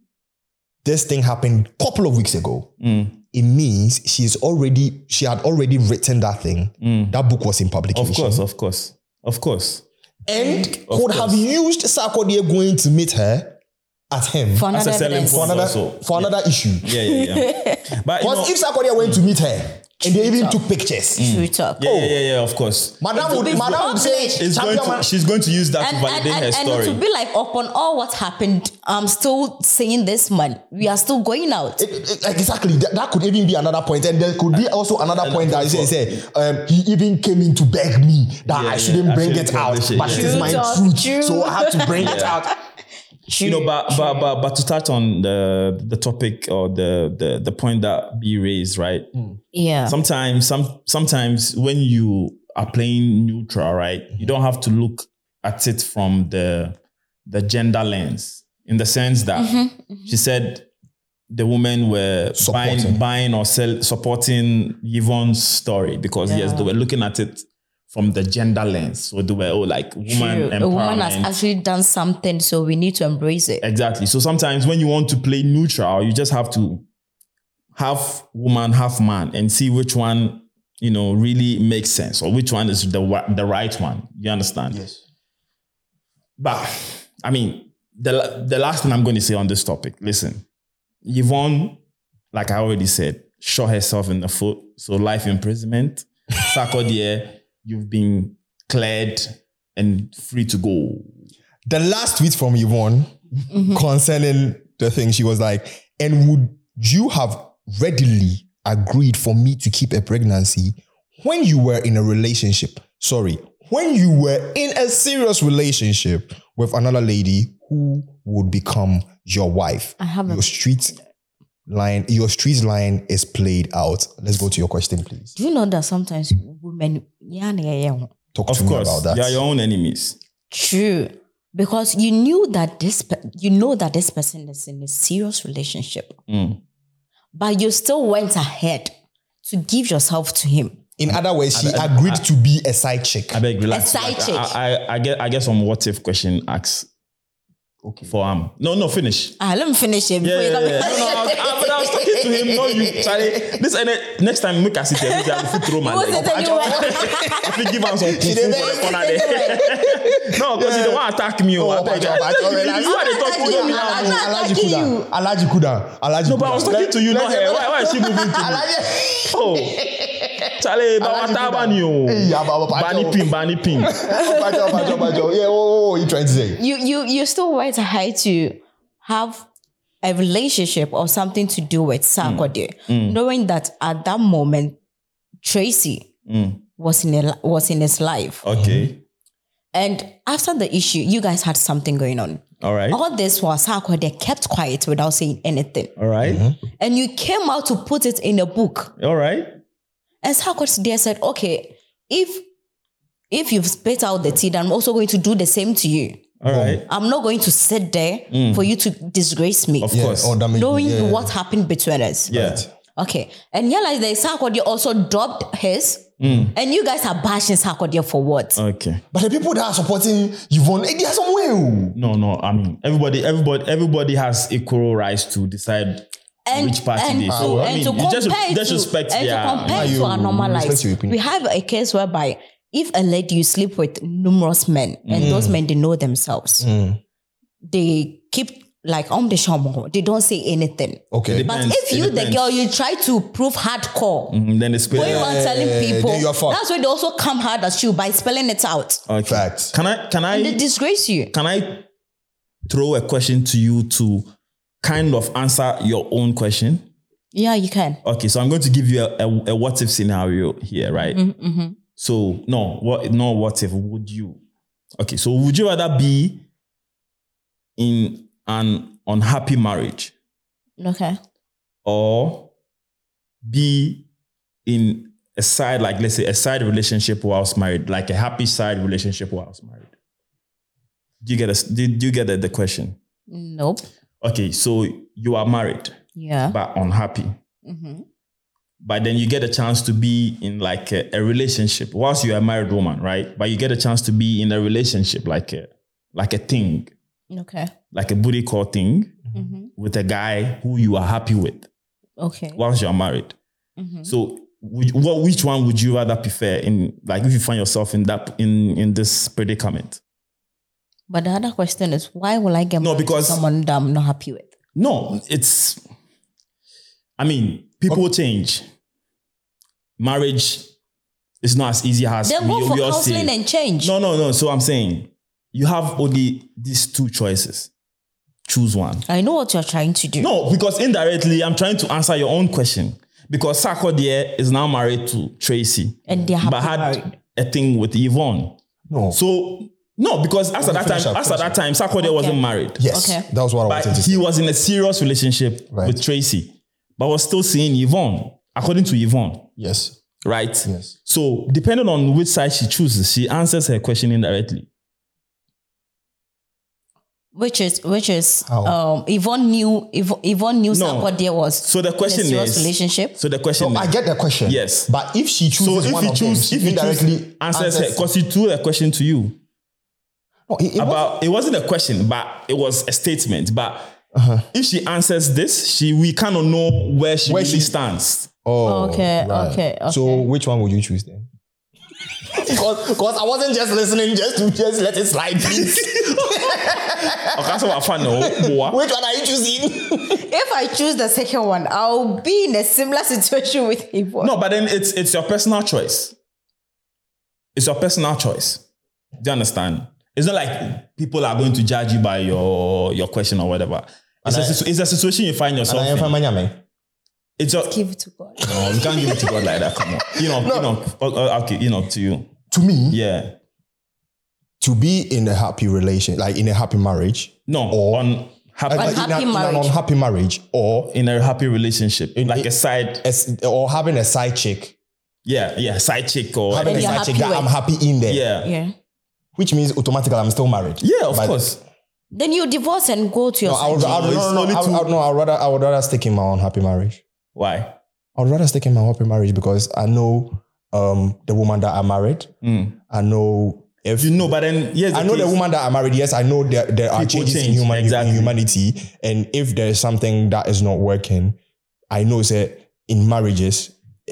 Speaker 1: this thing happened a couple of weeks ago,
Speaker 2: Mm.
Speaker 1: it means she's already she had already written that thing.
Speaker 2: Mm.
Speaker 1: That book was in publication.
Speaker 2: Of course, of course. Of course.
Speaker 1: and
Speaker 2: Of
Speaker 1: could
Speaker 2: course.
Speaker 1: have used Sarkodie going to meet her at him
Speaker 3: For
Speaker 1: for,
Speaker 2: That's
Speaker 3: another
Speaker 2: a selling
Speaker 3: evidence.
Speaker 2: point.
Speaker 1: another
Speaker 2: also.
Speaker 1: for another issue.
Speaker 2: Yeah, yeah,
Speaker 1: [LAUGHS]
Speaker 2: yeah. but you know,
Speaker 1: Because if Sarkodie went to meet her and they even took pictures,
Speaker 2: Mm.
Speaker 3: True talk.
Speaker 2: yeah, yeah, yeah, yeah, of course.
Speaker 1: Madame would, Madame would say,
Speaker 2: It's going
Speaker 1: champion
Speaker 2: to,
Speaker 1: man,
Speaker 2: she's going to use that
Speaker 3: And,
Speaker 2: to validate
Speaker 3: and, and,
Speaker 2: her
Speaker 3: and
Speaker 2: story.
Speaker 3: it would be like, upon all what happened, I'm still saying this man. We are still going out.
Speaker 1: It- it- eh, exactly. That, that could even be another point, and there could be also another point that he said, say, um, he even came in to beg me that
Speaker 2: Yeah,
Speaker 1: I shouldn't
Speaker 2: yeah, I
Speaker 1: bring it
Speaker 2: shouldn't
Speaker 1: out,
Speaker 2: publish it,
Speaker 1: but
Speaker 2: yeah.
Speaker 1: it is my
Speaker 3: True talk,
Speaker 1: truth,
Speaker 3: true.
Speaker 1: so I have to bring it out.
Speaker 2: you know, but, but but but to touch on the the topic or the the, the point that B raised, right?
Speaker 3: yeah.
Speaker 2: Sometimes some sometimes when you are playing neutral, right, you don't have to look at it from the the gender lens, in the sense that
Speaker 3: Mm-hmm,
Speaker 2: she said the women were
Speaker 1: Supporting.
Speaker 2: buying, buying or sell, supporting Yvonne's story because yes, they were looking at it from the gender lens. So they were oh like woman
Speaker 3: True. A woman has
Speaker 2: empowerment.
Speaker 3: actually done something, so we need to embrace it.
Speaker 2: Exactly. So sometimes when you want to play neutral, you just have to half woman, half man, and see which one you know really makes sense or which one is the wa- the right one. You understand?
Speaker 1: Yes.
Speaker 2: But I mean, the la- the last thing I'm going to say on this topic. Listen, Yvonne, like I already said, shot herself in the foot, so
Speaker 1: [LAUGHS]
Speaker 2: life imprisonment. Sarkodie, you've been cleared and free to go.
Speaker 1: The last tweet from Yvonne concerning the thing, she was like, and would you have readily agreed for me to keep a pregnancy when you were in a relationship? Sorry, when you were in a serious relationship with another lady who would become your wife?
Speaker 3: I have a
Speaker 1: Your street line, your street line is played out. Let's go to your question, please.
Speaker 3: Do you know that sometimes women, yeah, yeah, yeah.
Speaker 1: Talk
Speaker 2: Of
Speaker 1: to
Speaker 2: course,
Speaker 1: me about that.
Speaker 2: you are your own enemies.
Speaker 3: True, because you knew that this, pe- you know that this person is in a serious relationship,
Speaker 2: Mm.
Speaker 3: but you still went ahead to give yourself to him.
Speaker 1: in other words, she agreed to be a side chick.
Speaker 2: uh, I beg, relax.
Speaker 3: A side
Speaker 2: Like,
Speaker 3: chick.
Speaker 2: I, I, I get, I get some what if question asks. Okay. For um, no, no, finish.
Speaker 3: Ah, let me finish it.
Speaker 2: Yeah,
Speaker 3: before you
Speaker 2: yeah,
Speaker 3: come
Speaker 2: yeah.
Speaker 3: in.
Speaker 2: no, no, I, was- I,
Speaker 3: [LAUGHS]
Speaker 2: but I was talking to him. No, you, Charlie. This and next time, make us sit here. I will throw my
Speaker 3: You
Speaker 2: leg.
Speaker 3: won't sit anywhere.
Speaker 2: [LAUGHS] If you give him some kung fu for the
Speaker 1: didn't-
Speaker 2: corner there. [LAUGHS] No, because he don't want to attack me. Oh, I
Speaker 1: Oh,
Speaker 2: beg.
Speaker 1: Abacha, Abacha, relax.
Speaker 2: [LAUGHS] You are the
Speaker 3: I'm
Speaker 2: talking to me
Speaker 3: not
Speaker 2: now.
Speaker 3: I'm not
Speaker 1: Alaji
Speaker 3: attacking
Speaker 1: Kuda.
Speaker 3: you.
Speaker 1: Alaji Kuda. Alaji
Speaker 2: No, but I was
Speaker 1: Kuda.
Speaker 2: talking to you,
Speaker 1: Let-
Speaker 2: not
Speaker 1: let-
Speaker 2: her. Why, why is she moving to me?
Speaker 1: Alaji.
Speaker 2: Oh, Charlie,
Speaker 1: Alaji
Speaker 2: but
Speaker 1: Kuda. Eh,
Speaker 2: what you?
Speaker 1: Hey, Aba- Abacha.
Speaker 2: Bani pin, bani pin.
Speaker 1: Abacha, Abacha, Abacha. Yeah, what what are you trying to say?
Speaker 3: You, you, you still went ahead to have a relationship or something to do with Sarkodie,
Speaker 2: Mm.
Speaker 3: knowing that at that moment Tracy
Speaker 2: Mm.
Speaker 3: was in a, was in his life,
Speaker 2: Okay,
Speaker 3: and after the issue, you guys had something going on.
Speaker 2: all right,
Speaker 3: All this was Sarkodie kept quiet without saying anything,
Speaker 2: all right,
Speaker 3: and you came out to put it in a book.
Speaker 2: all right.
Speaker 3: And Sarkozy there said, okay, if if you've spit out the tea, then I'm also going to do the same to you.
Speaker 2: All right.
Speaker 3: I'm not going to sit there for you to disgrace me,
Speaker 2: Mm. Of
Speaker 1: Yeah,
Speaker 2: course.
Speaker 1: or damage-
Speaker 3: knowing
Speaker 1: yeah.
Speaker 3: what happened between us.
Speaker 2: yeah.
Speaker 1: Right.
Speaker 3: Okay. And yeah, like the Sarkozy also dropped his
Speaker 2: Mm.
Speaker 3: And you guys are bashing Sarkodie for what?
Speaker 2: Okay.
Speaker 1: But the people that are supporting Yvonne, eh, they are somewhere. oh.
Speaker 2: No, no. I mean, everybody, everybody, everybody has equal rights to decide
Speaker 3: and,
Speaker 2: which party
Speaker 3: and,
Speaker 2: they
Speaker 3: to-
Speaker 2: so, I
Speaker 3: and
Speaker 2: mean,
Speaker 3: to
Speaker 2: you
Speaker 3: compare
Speaker 2: just-
Speaker 3: it
Speaker 2: just
Speaker 3: to-
Speaker 2: respect
Speaker 3: and
Speaker 2: their-
Speaker 3: to compare it
Speaker 1: Yeah,
Speaker 3: to our
Speaker 1: you
Speaker 3: normal
Speaker 1: respect
Speaker 3: lives.
Speaker 1: your opinion.
Speaker 3: We have a case whereby if a lady you sleep with numerous men and
Speaker 2: Mm.
Speaker 3: those men they know themselves,
Speaker 1: Mm.
Speaker 3: they keep like on the shaman, they don't say anything.
Speaker 1: Okay.
Speaker 3: But
Speaker 2: Depends,
Speaker 3: if
Speaker 2: it
Speaker 3: you the
Speaker 2: depends.
Speaker 3: girl you try to prove hardcore,
Speaker 2: Mm, then they spell
Speaker 3: going
Speaker 2: it.
Speaker 3: on telling
Speaker 1: Yeah,
Speaker 3: people
Speaker 1: then you are fucked.
Speaker 3: that's why they also come hard at you by spelling it out.
Speaker 2: Okay.
Speaker 1: Facts.
Speaker 2: Can I can
Speaker 3: And they
Speaker 2: I
Speaker 3: disgrace you.
Speaker 2: can I throw a question to you to kind of answer your own question?
Speaker 3: Yeah, you can.
Speaker 2: Okay, so I'm going to give you a, a, a what if scenario here, right?
Speaker 3: Mm-hmm.
Speaker 2: So no, what no what if would you? Okay, so would you rather be in an unhappy marriage
Speaker 3: Okay.
Speaker 2: or be in a side like let's say a side relationship whilst married, like a happy side relationship whilst married? Do you get a, do, do you get the, the question?
Speaker 3: Nope.
Speaker 2: Okay, so you are married
Speaker 3: Yeah.
Speaker 2: but unhappy.
Speaker 3: Mm-hmm.
Speaker 2: but then you get a chance to be in like a, a relationship whilst you're a married woman right but you get a chance to be in a relationship like a like a thing
Speaker 3: Okay.
Speaker 2: like a booty call thing
Speaker 3: Mm-hmm.
Speaker 2: with a guy who you are happy with
Speaker 3: Okay.
Speaker 2: whilst you're married
Speaker 3: Mm-hmm.
Speaker 2: so would, what which one would you rather prefer in like if you find yourself in that in in this predicament
Speaker 3: But the other question is, why will I get
Speaker 2: No,
Speaker 3: married to
Speaker 2: because-
Speaker 3: someone that I'm not happy with?
Speaker 2: no it's i mean people change marriage is not as easy as we,
Speaker 3: Then go for
Speaker 2: we all see
Speaker 3: counseling
Speaker 2: it.
Speaker 3: and change.
Speaker 2: No, no, no. So I'm saying you have only these two choices. Choose one.
Speaker 3: I know what you're trying to do.
Speaker 2: No, because indirectly, I'm trying to answer your own question. Because Sarkodie is now married to Tracy,
Speaker 3: And they're happy
Speaker 2: but had
Speaker 3: married.
Speaker 2: a thing with Yvonne.
Speaker 1: No.
Speaker 2: So no, because as at that
Speaker 1: Finish
Speaker 2: time,
Speaker 1: up,
Speaker 2: as at
Speaker 1: finish
Speaker 2: that time, Sarkodie wasn't married.
Speaker 1: yes.
Speaker 3: Okay.
Speaker 1: That was what I
Speaker 2: but
Speaker 1: wanted to say.
Speaker 2: he was in a serious relationship
Speaker 1: Right.
Speaker 2: with Tracy, but was still seeing Yvonne, according to Yvonne,
Speaker 1: Yes.
Speaker 2: right?
Speaker 1: Yes.
Speaker 2: So depending on which side she chooses, she answers her question indirectly.
Speaker 3: Which is which is
Speaker 1: How?
Speaker 3: um Yvonne knew Yv- Yvonne knew
Speaker 2: No.
Speaker 3: what there was.
Speaker 2: So the question
Speaker 3: in a
Speaker 2: is-
Speaker 3: serious relationship.
Speaker 2: So the question
Speaker 1: No,
Speaker 2: is,
Speaker 1: I get the question.
Speaker 2: Yes.
Speaker 1: But if she
Speaker 2: So
Speaker 1: chooses
Speaker 2: if
Speaker 1: one
Speaker 2: you
Speaker 1: of
Speaker 2: choose,
Speaker 1: them,
Speaker 2: if you
Speaker 1: indirectly
Speaker 2: choose, answers her, because he threw a question to you
Speaker 1: No, it- it wasn't-
Speaker 2: about. It wasn't a question, but it was a statement. But
Speaker 1: Uh-huh.
Speaker 2: if she answers this, she we cannot know where she
Speaker 1: Where
Speaker 2: really
Speaker 1: she-
Speaker 2: stands.
Speaker 1: Oh,
Speaker 3: Okay, okay,
Speaker 1: So
Speaker 3: okay.
Speaker 1: which one would you choose
Speaker 2: [LAUGHS]
Speaker 1: then? [LAUGHS] Because I wasn't just listening, just to just let it slide, please.
Speaker 2: [LAUGHS]
Speaker 1: Eh.
Speaker 2: Okay, so I
Speaker 1: [LAUGHS]
Speaker 2: found no boa.
Speaker 1: which one are you choosing?
Speaker 3: If I choose the second one, I'll be in a similar situation with Yvonne.
Speaker 2: No, but then it's it's your personal choice. It's your personal choice. Do you understand? It's not like people are going to judge you by your your question or whatever. It's, a,
Speaker 1: And I-
Speaker 2: situ- it's a situation you find yourself
Speaker 1: I am
Speaker 2: in.
Speaker 1: from Anyame.
Speaker 2: It's your,
Speaker 3: Give it to God.
Speaker 2: No, you can't give it to God like that. Come on.
Speaker 1: [LAUGHS]
Speaker 2: You know, you know, o- o- okay, you know, to you.
Speaker 1: To me,
Speaker 2: Yeah.
Speaker 1: to be in a happy relation, like in a happy marriage,
Speaker 2: No,
Speaker 1: Or-
Speaker 2: on happy,
Speaker 1: like, in, a-
Speaker 3: Unhappy
Speaker 1: in an
Speaker 3: marriage.
Speaker 1: unhappy marriage, or
Speaker 2: in a happy relationship. like a side,
Speaker 1: as, or having a side chick,
Speaker 2: yeah, yeah, side chick or
Speaker 1: having a
Speaker 3: you're
Speaker 1: side chick
Speaker 3: happy
Speaker 1: that I'm
Speaker 3: with.
Speaker 1: happy in there,
Speaker 2: yeah. yeah.
Speaker 3: Yeah.
Speaker 1: which means automatically I'm still married.
Speaker 2: of
Speaker 1: But-
Speaker 2: course.
Speaker 3: Then you divorce and go to your
Speaker 1: No, I would, I would,
Speaker 2: It's
Speaker 1: no, no, no,
Speaker 2: only
Speaker 1: I would-
Speaker 2: two-
Speaker 1: I would- no, I would rather, I would rather stick in my unhappy marriage.
Speaker 2: Why?
Speaker 1: I would rather stick in my unhappy marriage because I know um, the woman that I married. I know if
Speaker 2: Mm. You know, but then yes,
Speaker 1: I know the
Speaker 2: case-
Speaker 1: woman that I married. Yes, I know there, there are
Speaker 2: People
Speaker 1: changes in,
Speaker 2: change,
Speaker 1: human, in
Speaker 2: exactly.
Speaker 1: humanity, and if there's something that is not working, I know that in marriages,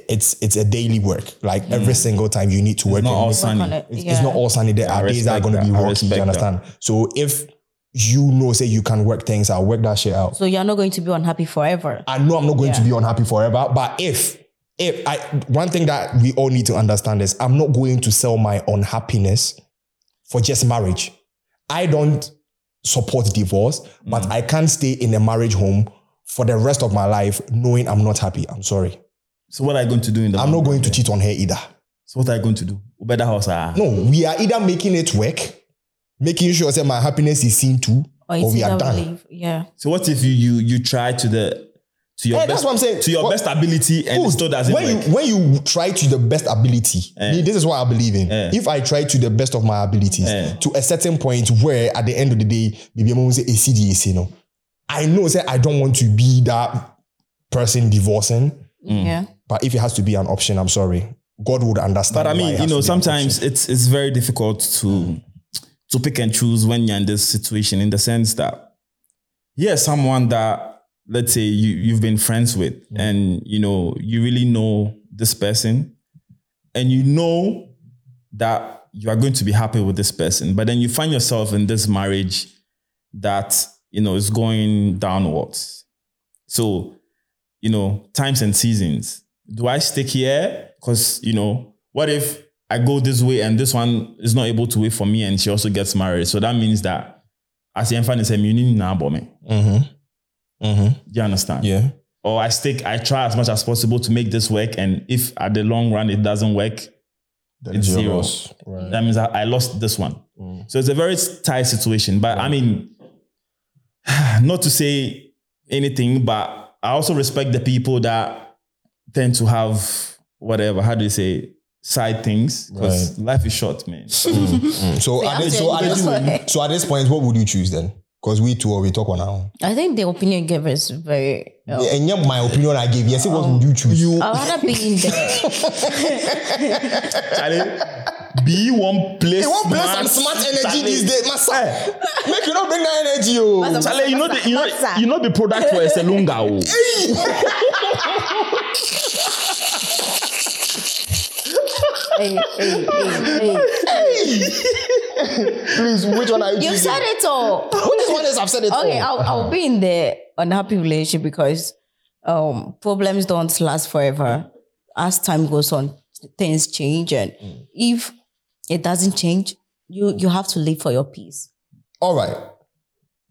Speaker 1: it's it's a daily work. Like every single time, you need to work.
Speaker 2: Mm. not
Speaker 1: and
Speaker 2: all
Speaker 1: make-
Speaker 2: sunny.
Speaker 1: it's, it's not all sunny. There
Speaker 2: I
Speaker 1: are days that are
Speaker 2: respect
Speaker 1: going to be
Speaker 2: that. I
Speaker 1: rocky. You
Speaker 2: respect that.
Speaker 1: understand? So if you know, say you can work things out, work that shit out.
Speaker 3: So you're not going to be unhappy forever.
Speaker 1: I know I'm not going to
Speaker 3: Yeah.
Speaker 1: be unhappy forever, but if if I one thing that we all need to understand is I'm not going to sell my unhappiness for just marriage. I don't support divorce, but I can't stay in a marriage home for the rest of my life knowing I'm not happy. I'm sorry.
Speaker 2: So what are you going to do in the
Speaker 1: I'm not going to cheat on her either.
Speaker 2: So what are you going to do? Better house ah.
Speaker 1: No, we are either making it work, making sure that my happiness is seen to, or,
Speaker 3: Or it's
Speaker 1: we
Speaker 3: either
Speaker 1: are
Speaker 3: we
Speaker 1: done.
Speaker 3: leave. Yeah.
Speaker 2: So what if you you you try to the to your
Speaker 1: Yeah,
Speaker 2: best
Speaker 1: that's what I'm saying.
Speaker 2: to your
Speaker 1: What-
Speaker 2: best ability and it
Speaker 1: Good.
Speaker 2: still doesn't
Speaker 1: when
Speaker 2: work.
Speaker 1: you when you try to the best ability me, this is what i believe in
Speaker 2: Eh.
Speaker 1: if i try to the best of my abilities
Speaker 2: Eh.
Speaker 1: to a certain point where at the end of the day maybe i'm going to say "Eh, ACDAC, you know i know say i don't want to be that person divorcing
Speaker 3: Yeah.
Speaker 1: Mm. but if it has to be an option i'm sorry God would understand.
Speaker 2: But
Speaker 1: why
Speaker 2: I
Speaker 1: it
Speaker 2: mean, you
Speaker 1: has
Speaker 2: know,
Speaker 1: to be an option.
Speaker 2: sometimes it's it's very difficult to to pick and choose when you're in this situation. In the sense that, yeah, someone that let's say you you've been friends with,
Speaker 1: Mm-hmm.
Speaker 2: and you know you really know this person, and you know that you are going to be happy with this person, but then you find yourself in this marriage that you know is going downwards. So, you know, times and seasons. Do I stick here? Because you know, what if I go this way and this one is not able to wait for me and she also gets married? So that means that as the infant is a need now me. Do you understand?
Speaker 1: Mm-hmm. Yeah.
Speaker 2: Or I stick, I try as much as possible to make this work. And if at the long run it doesn't work,
Speaker 1: That
Speaker 2: It's
Speaker 1: is your
Speaker 2: zero.
Speaker 1: loss. Right. Mm.
Speaker 2: that means I, I lost this one. So it's a very tight situation. But I mean, [SIGHS] not to say anything, but I also respect the people that tend to have whatever, how do you say, side things. Because life is short, man. [LAUGHS]
Speaker 1: Mm. So,
Speaker 3: Wait,
Speaker 1: at
Speaker 3: I'm
Speaker 1: this, so,
Speaker 3: doing
Speaker 1: at
Speaker 3: this one.
Speaker 1: this, so at this point, what would you choose then? Because we two, we talk on our own.
Speaker 3: I think the opinion giver is very. uh,
Speaker 1: And yeah, my opinion I gave. Yes, what would you choose? You,
Speaker 3: I wanna be in
Speaker 1: [LAUGHS]
Speaker 3: there.
Speaker 2: Charlie, be one place.
Speaker 1: You won't play some smart energy these days,
Speaker 3: Eh.
Speaker 1: Massa. Make you not bring that energy, oh. yo.
Speaker 2: Charlie, you know the you know you know the product for Eselunga.
Speaker 1: [LAUGHS]
Speaker 2: oh.
Speaker 3: Hey, hey, hey, hey.
Speaker 1: Please, which one are you
Speaker 3: You
Speaker 1: choosing?
Speaker 3: said it all.
Speaker 1: Which one is I've said it
Speaker 3: Okay,
Speaker 1: all?
Speaker 3: I'll, I'll be in the unhappy relationship because um, problems don't last forever. As time goes on, things change, and
Speaker 1: Mm.
Speaker 3: if it doesn't change, you you have to live for your peace.
Speaker 1: All right.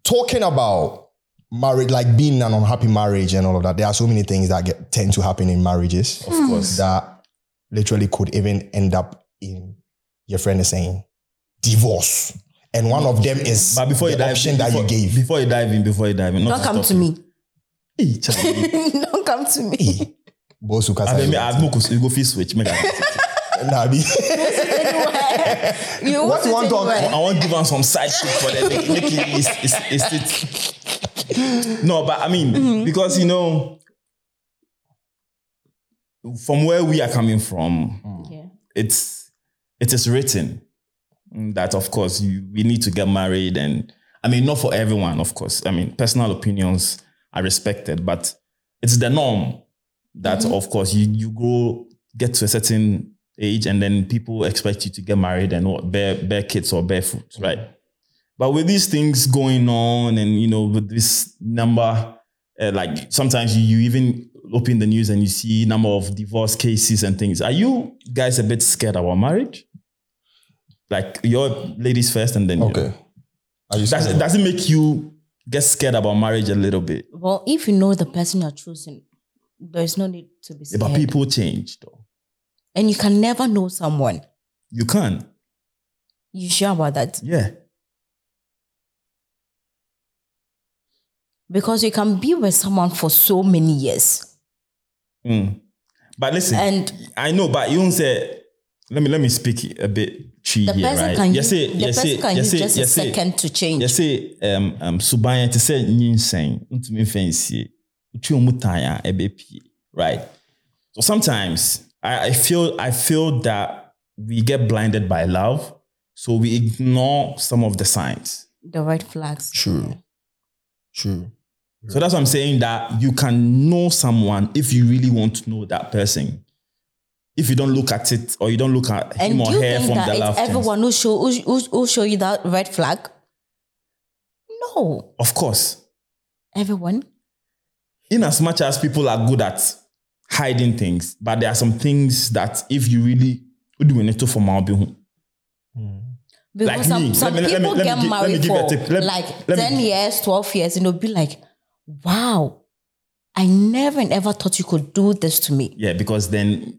Speaker 1: Talking about marriage, like being in an unhappy marriage and all of that, there are so many things that get, tend to happen in marriages, of
Speaker 3: Hmm.
Speaker 1: course, that literally could even end up in your friend is saying divorce. And one of them is
Speaker 2: But before
Speaker 1: the
Speaker 2: you dive
Speaker 1: option
Speaker 2: in, before,
Speaker 1: that you gave.
Speaker 2: before you dive in, before you dive in, not
Speaker 3: Don't come
Speaker 2: stop
Speaker 3: to
Speaker 2: you.
Speaker 3: me. [LAUGHS]
Speaker 2: Hey, Charlie.
Speaker 1: [LAUGHS]
Speaker 3: Don't come to me.
Speaker 1: Bosu Kasa-
Speaker 2: I mean, I no go you go fit switch. Make I,
Speaker 1: Nah, be-
Speaker 3: Anywhere. You
Speaker 1: What you want to-
Speaker 3: anywhere.
Speaker 2: I want give am some side shit for that. Make, make it, it's, it's, it's it. No, but I mean, because you know, from where we are coming from,
Speaker 3: Yeah.
Speaker 2: it's it is written that of course you, we need to get married and i mean not for everyone of course i mean personal opinions are respected but it's the norm that of course you you grow get to a certain age and then people expect you to get married and what bear bear kids or barefoot right but with these things going on and you know with this number uh, like sometimes you, you even open the news and you see number of divorce cases and things are you guys a bit scared about marriage like your ladies first and then you.
Speaker 1: okay. [LAUGHS] Are you
Speaker 2: does, it- does it make you get scared about marriage a little bit
Speaker 3: Well, if you know the person you're choosing, there's no need to be
Speaker 2: but
Speaker 3: scared.
Speaker 2: people change though
Speaker 3: and you can never know someone.
Speaker 2: you can
Speaker 3: You sure about that?
Speaker 2: yeah
Speaker 3: Because you can be with someone for so many years.
Speaker 2: Mm. but listen
Speaker 3: And
Speaker 2: i know but you don't say let me let me speak a bit tree
Speaker 3: the
Speaker 2: here
Speaker 3: person
Speaker 2: right
Speaker 3: can
Speaker 2: you
Speaker 3: use,
Speaker 2: say
Speaker 3: the
Speaker 2: you
Speaker 3: person
Speaker 2: say
Speaker 3: can
Speaker 2: you
Speaker 3: use
Speaker 2: say
Speaker 3: just
Speaker 2: you
Speaker 3: a
Speaker 2: say-
Speaker 3: second to change.
Speaker 2: yɛsɛ um, um, suban yɛ te sɛ nyinsɛn ntumi mfa nsie wotwi mu tan a ɛbɛpie right so sometimes I, I feel I feel that we get blinded by love so we ignore some of the signs
Speaker 3: The red flags.
Speaker 1: True. True.
Speaker 2: so that's what I'm saying that you can know someone if you really want to know that person if you don't look at it or you don't look at
Speaker 3: And
Speaker 2: him
Speaker 3: do
Speaker 2: or
Speaker 3: you
Speaker 2: her
Speaker 3: think
Speaker 2: from
Speaker 3: that
Speaker 2: the
Speaker 3: it's
Speaker 2: love things.
Speaker 3: everyone who show who, who, who show you that red flag? No,
Speaker 2: of course
Speaker 3: everyone.
Speaker 2: in as much as people are good at hiding things, but there are some things that if you really do it to for my own,
Speaker 3: Because
Speaker 2: Like
Speaker 3: some,
Speaker 2: me.
Speaker 3: some
Speaker 2: Let me- let me-
Speaker 3: people
Speaker 2: let me gi- let
Speaker 3: get
Speaker 2: me
Speaker 3: married
Speaker 2: give you a
Speaker 3: for
Speaker 2: tip. Let me-
Speaker 3: like
Speaker 2: let me-
Speaker 3: ten years, twelve years, and they'll be like, "Wow, I never and ever thought you could do this to me."
Speaker 2: yeah, because then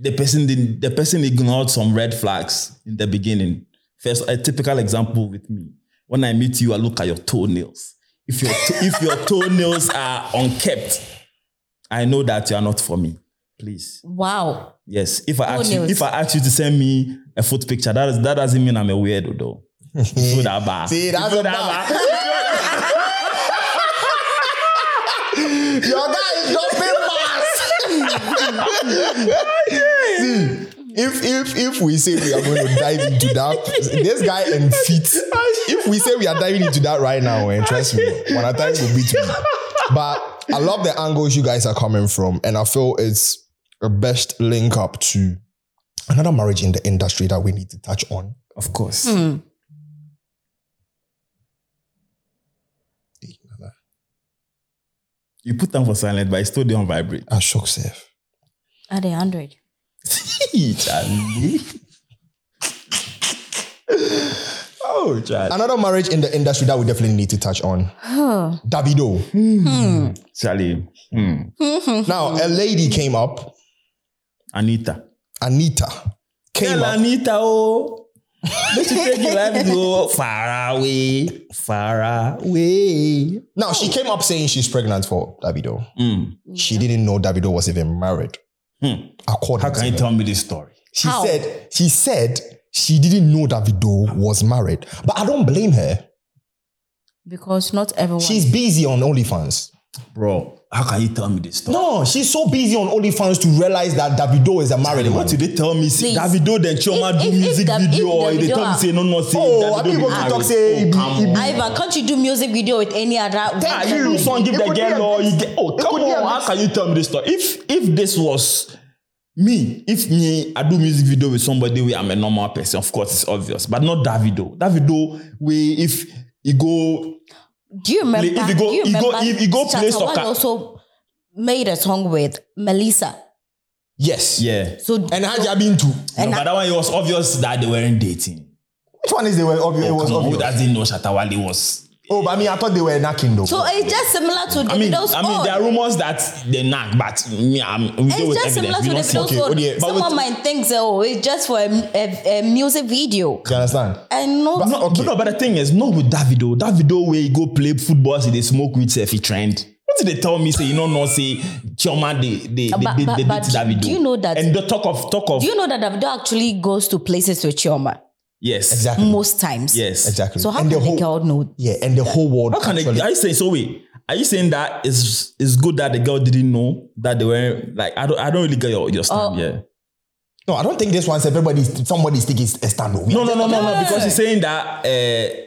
Speaker 2: the person didn't, the person ignored some red flags in the beginning. First, a typical example with me: when I meet you, I look at your toenails. If your to- if
Speaker 1: [LAUGHS]
Speaker 2: your toenails are unkept, I know that you are not for me. Please,
Speaker 3: Wow,
Speaker 2: yes. If I ask you,
Speaker 3: Toenails.
Speaker 2: if I ask you to send me a foot picture, that is, that doesn't mean I'm a weirdo though. Throw that bar.
Speaker 1: See, that's
Speaker 2: Throw
Speaker 1: a bar. Your guy is jumping fast. See, if if if we say we are going to dive into that, this guy and feet. If we say we are diving into that right now, and trust me, when I time will beat me. But I love the angles you guys are coming from, and I feel it's a best link up to another marriage in the industry that we need to touch on.
Speaker 2: Of course.
Speaker 3: Hmm.
Speaker 2: You put down for silent, but it's still didn't vibrate.
Speaker 1: I shook Ah, safe.
Speaker 3: Are they 100?
Speaker 2: Charlie. oh, Charlie.
Speaker 1: Another marriage in the industry that we definitely need to touch on.
Speaker 3: Oh.
Speaker 1: Davido.
Speaker 2: Charlie. Hmm.
Speaker 1: Now, a
Speaker 2: Mm.
Speaker 1: lady came up,
Speaker 2: Anita.
Speaker 1: Anita. Came
Speaker 2: Tell
Speaker 1: up.
Speaker 2: Anita, oh. Don't you take your life to go far away, far away.
Speaker 1: Now, she came up saying she's pregnant for Davido.
Speaker 2: Hmm.
Speaker 1: She didn't know Davido was even married.
Speaker 2: Hmm.
Speaker 1: According
Speaker 2: How can
Speaker 1: to
Speaker 2: you
Speaker 1: her.
Speaker 2: tell me this story?
Speaker 1: She
Speaker 3: How?
Speaker 1: said, she said she didn't know Davido was married. But I don't blame her.
Speaker 3: Because not everyone.
Speaker 1: She's busy on OnlyFans.
Speaker 2: Bro, how can you tell me this story?
Speaker 1: No, she's so busy on OnlyFans to realize that Davido is a married man.
Speaker 2: What did they tell me? Say,
Speaker 3: Please.
Speaker 2: Davido then Choma
Speaker 3: If-
Speaker 2: do
Speaker 3: if- if
Speaker 2: music
Speaker 3: Dav-
Speaker 2: video,
Speaker 3: if
Speaker 2: or they
Speaker 3: Davido
Speaker 2: tell me
Speaker 3: are-
Speaker 2: say no, no, say
Speaker 1: Oh, I
Speaker 2: Davido
Speaker 1: people
Speaker 2: be
Speaker 1: to talk
Speaker 2: married. Oh,
Speaker 1: say he be-
Speaker 2: come
Speaker 1: he be-
Speaker 2: on.
Speaker 3: Ivan, can't you do music video with any other?
Speaker 1: Thank
Speaker 2: Ah,
Speaker 1: It
Speaker 2: you
Speaker 1: could
Speaker 2: son,
Speaker 1: be-
Speaker 2: give
Speaker 1: it
Speaker 2: the
Speaker 1: could be a
Speaker 2: girl or you
Speaker 1: mix.
Speaker 2: get. Oh,
Speaker 1: It
Speaker 2: come
Speaker 1: could be a
Speaker 2: on! How
Speaker 1: mix.
Speaker 2: can you tell me this story? If if this was me, if me, I do music video with somebody where I'm a normal person. Of course, it's obvious, but not Davido. Davido, we if you go,
Speaker 3: Do you remember?
Speaker 2: If you go-
Speaker 3: do
Speaker 2: you
Speaker 3: you
Speaker 2: go-
Speaker 3: remember
Speaker 2: if you go play
Speaker 3: Shatta Wan
Speaker 2: soccer-
Speaker 3: also made a song with Melissa.
Speaker 1: Yes.
Speaker 2: yeah.
Speaker 3: So
Speaker 1: And Haji been too.
Speaker 2: No,
Speaker 3: And
Speaker 2: but that one it was obvious that they weren't dating.
Speaker 1: Which one is they were obvious? it was
Speaker 2: Oh, Come on,
Speaker 1: obvious.
Speaker 2: who doesn't know Shatawale was?
Speaker 1: Oh, but I mean, I thought they were knocking though.
Speaker 3: so it's just similar to
Speaker 2: I mean,
Speaker 3: Davido's
Speaker 2: I mean,
Speaker 3: own.
Speaker 2: there are rumors that they knock, but me, I'm we deal
Speaker 3: It's
Speaker 2: with
Speaker 3: just similar
Speaker 2: evidence.
Speaker 3: to
Speaker 2: We don't see.
Speaker 3: Davido's
Speaker 1: okay,
Speaker 3: own.
Speaker 1: oh dear, but
Speaker 3: Someone
Speaker 1: with-
Speaker 3: might think, oh, it's just for a, a, a music video.
Speaker 1: Do you understand?
Speaker 3: And no,
Speaker 2: No, but no, but the thing is, not with Davido. Davido, where he go play football, see they smoke with if he trend. What did they tell me? Say you know, no, say Chioma, they they they,
Speaker 3: But-
Speaker 2: they,
Speaker 3: but-
Speaker 2: they
Speaker 3: but
Speaker 2: did Davido.
Speaker 3: do you know that-
Speaker 2: And the talk of talk of
Speaker 3: do you know that Davido actually goes to places with Chioma
Speaker 2: yes,
Speaker 1: Exactly.
Speaker 3: most times?
Speaker 2: yes,
Speaker 1: Exactly.
Speaker 3: So how
Speaker 1: and
Speaker 3: can
Speaker 1: the
Speaker 3: the
Speaker 1: whole
Speaker 3: girl know?
Speaker 1: yeah, and the whole world.
Speaker 2: How can they,
Speaker 1: actually-
Speaker 2: are you saying so? Wait, are you saying that it's it's good that the girl didn't know that they were like I don't I don't really get your your stand.
Speaker 3: Oh.
Speaker 2: yeah.
Speaker 1: no, I don't think this one said everybody's somebody's taking a stand. though. We
Speaker 2: No,
Speaker 1: are
Speaker 2: no,
Speaker 1: just-
Speaker 2: no, no, no.
Speaker 3: No.
Speaker 2: Because he's saying that uh,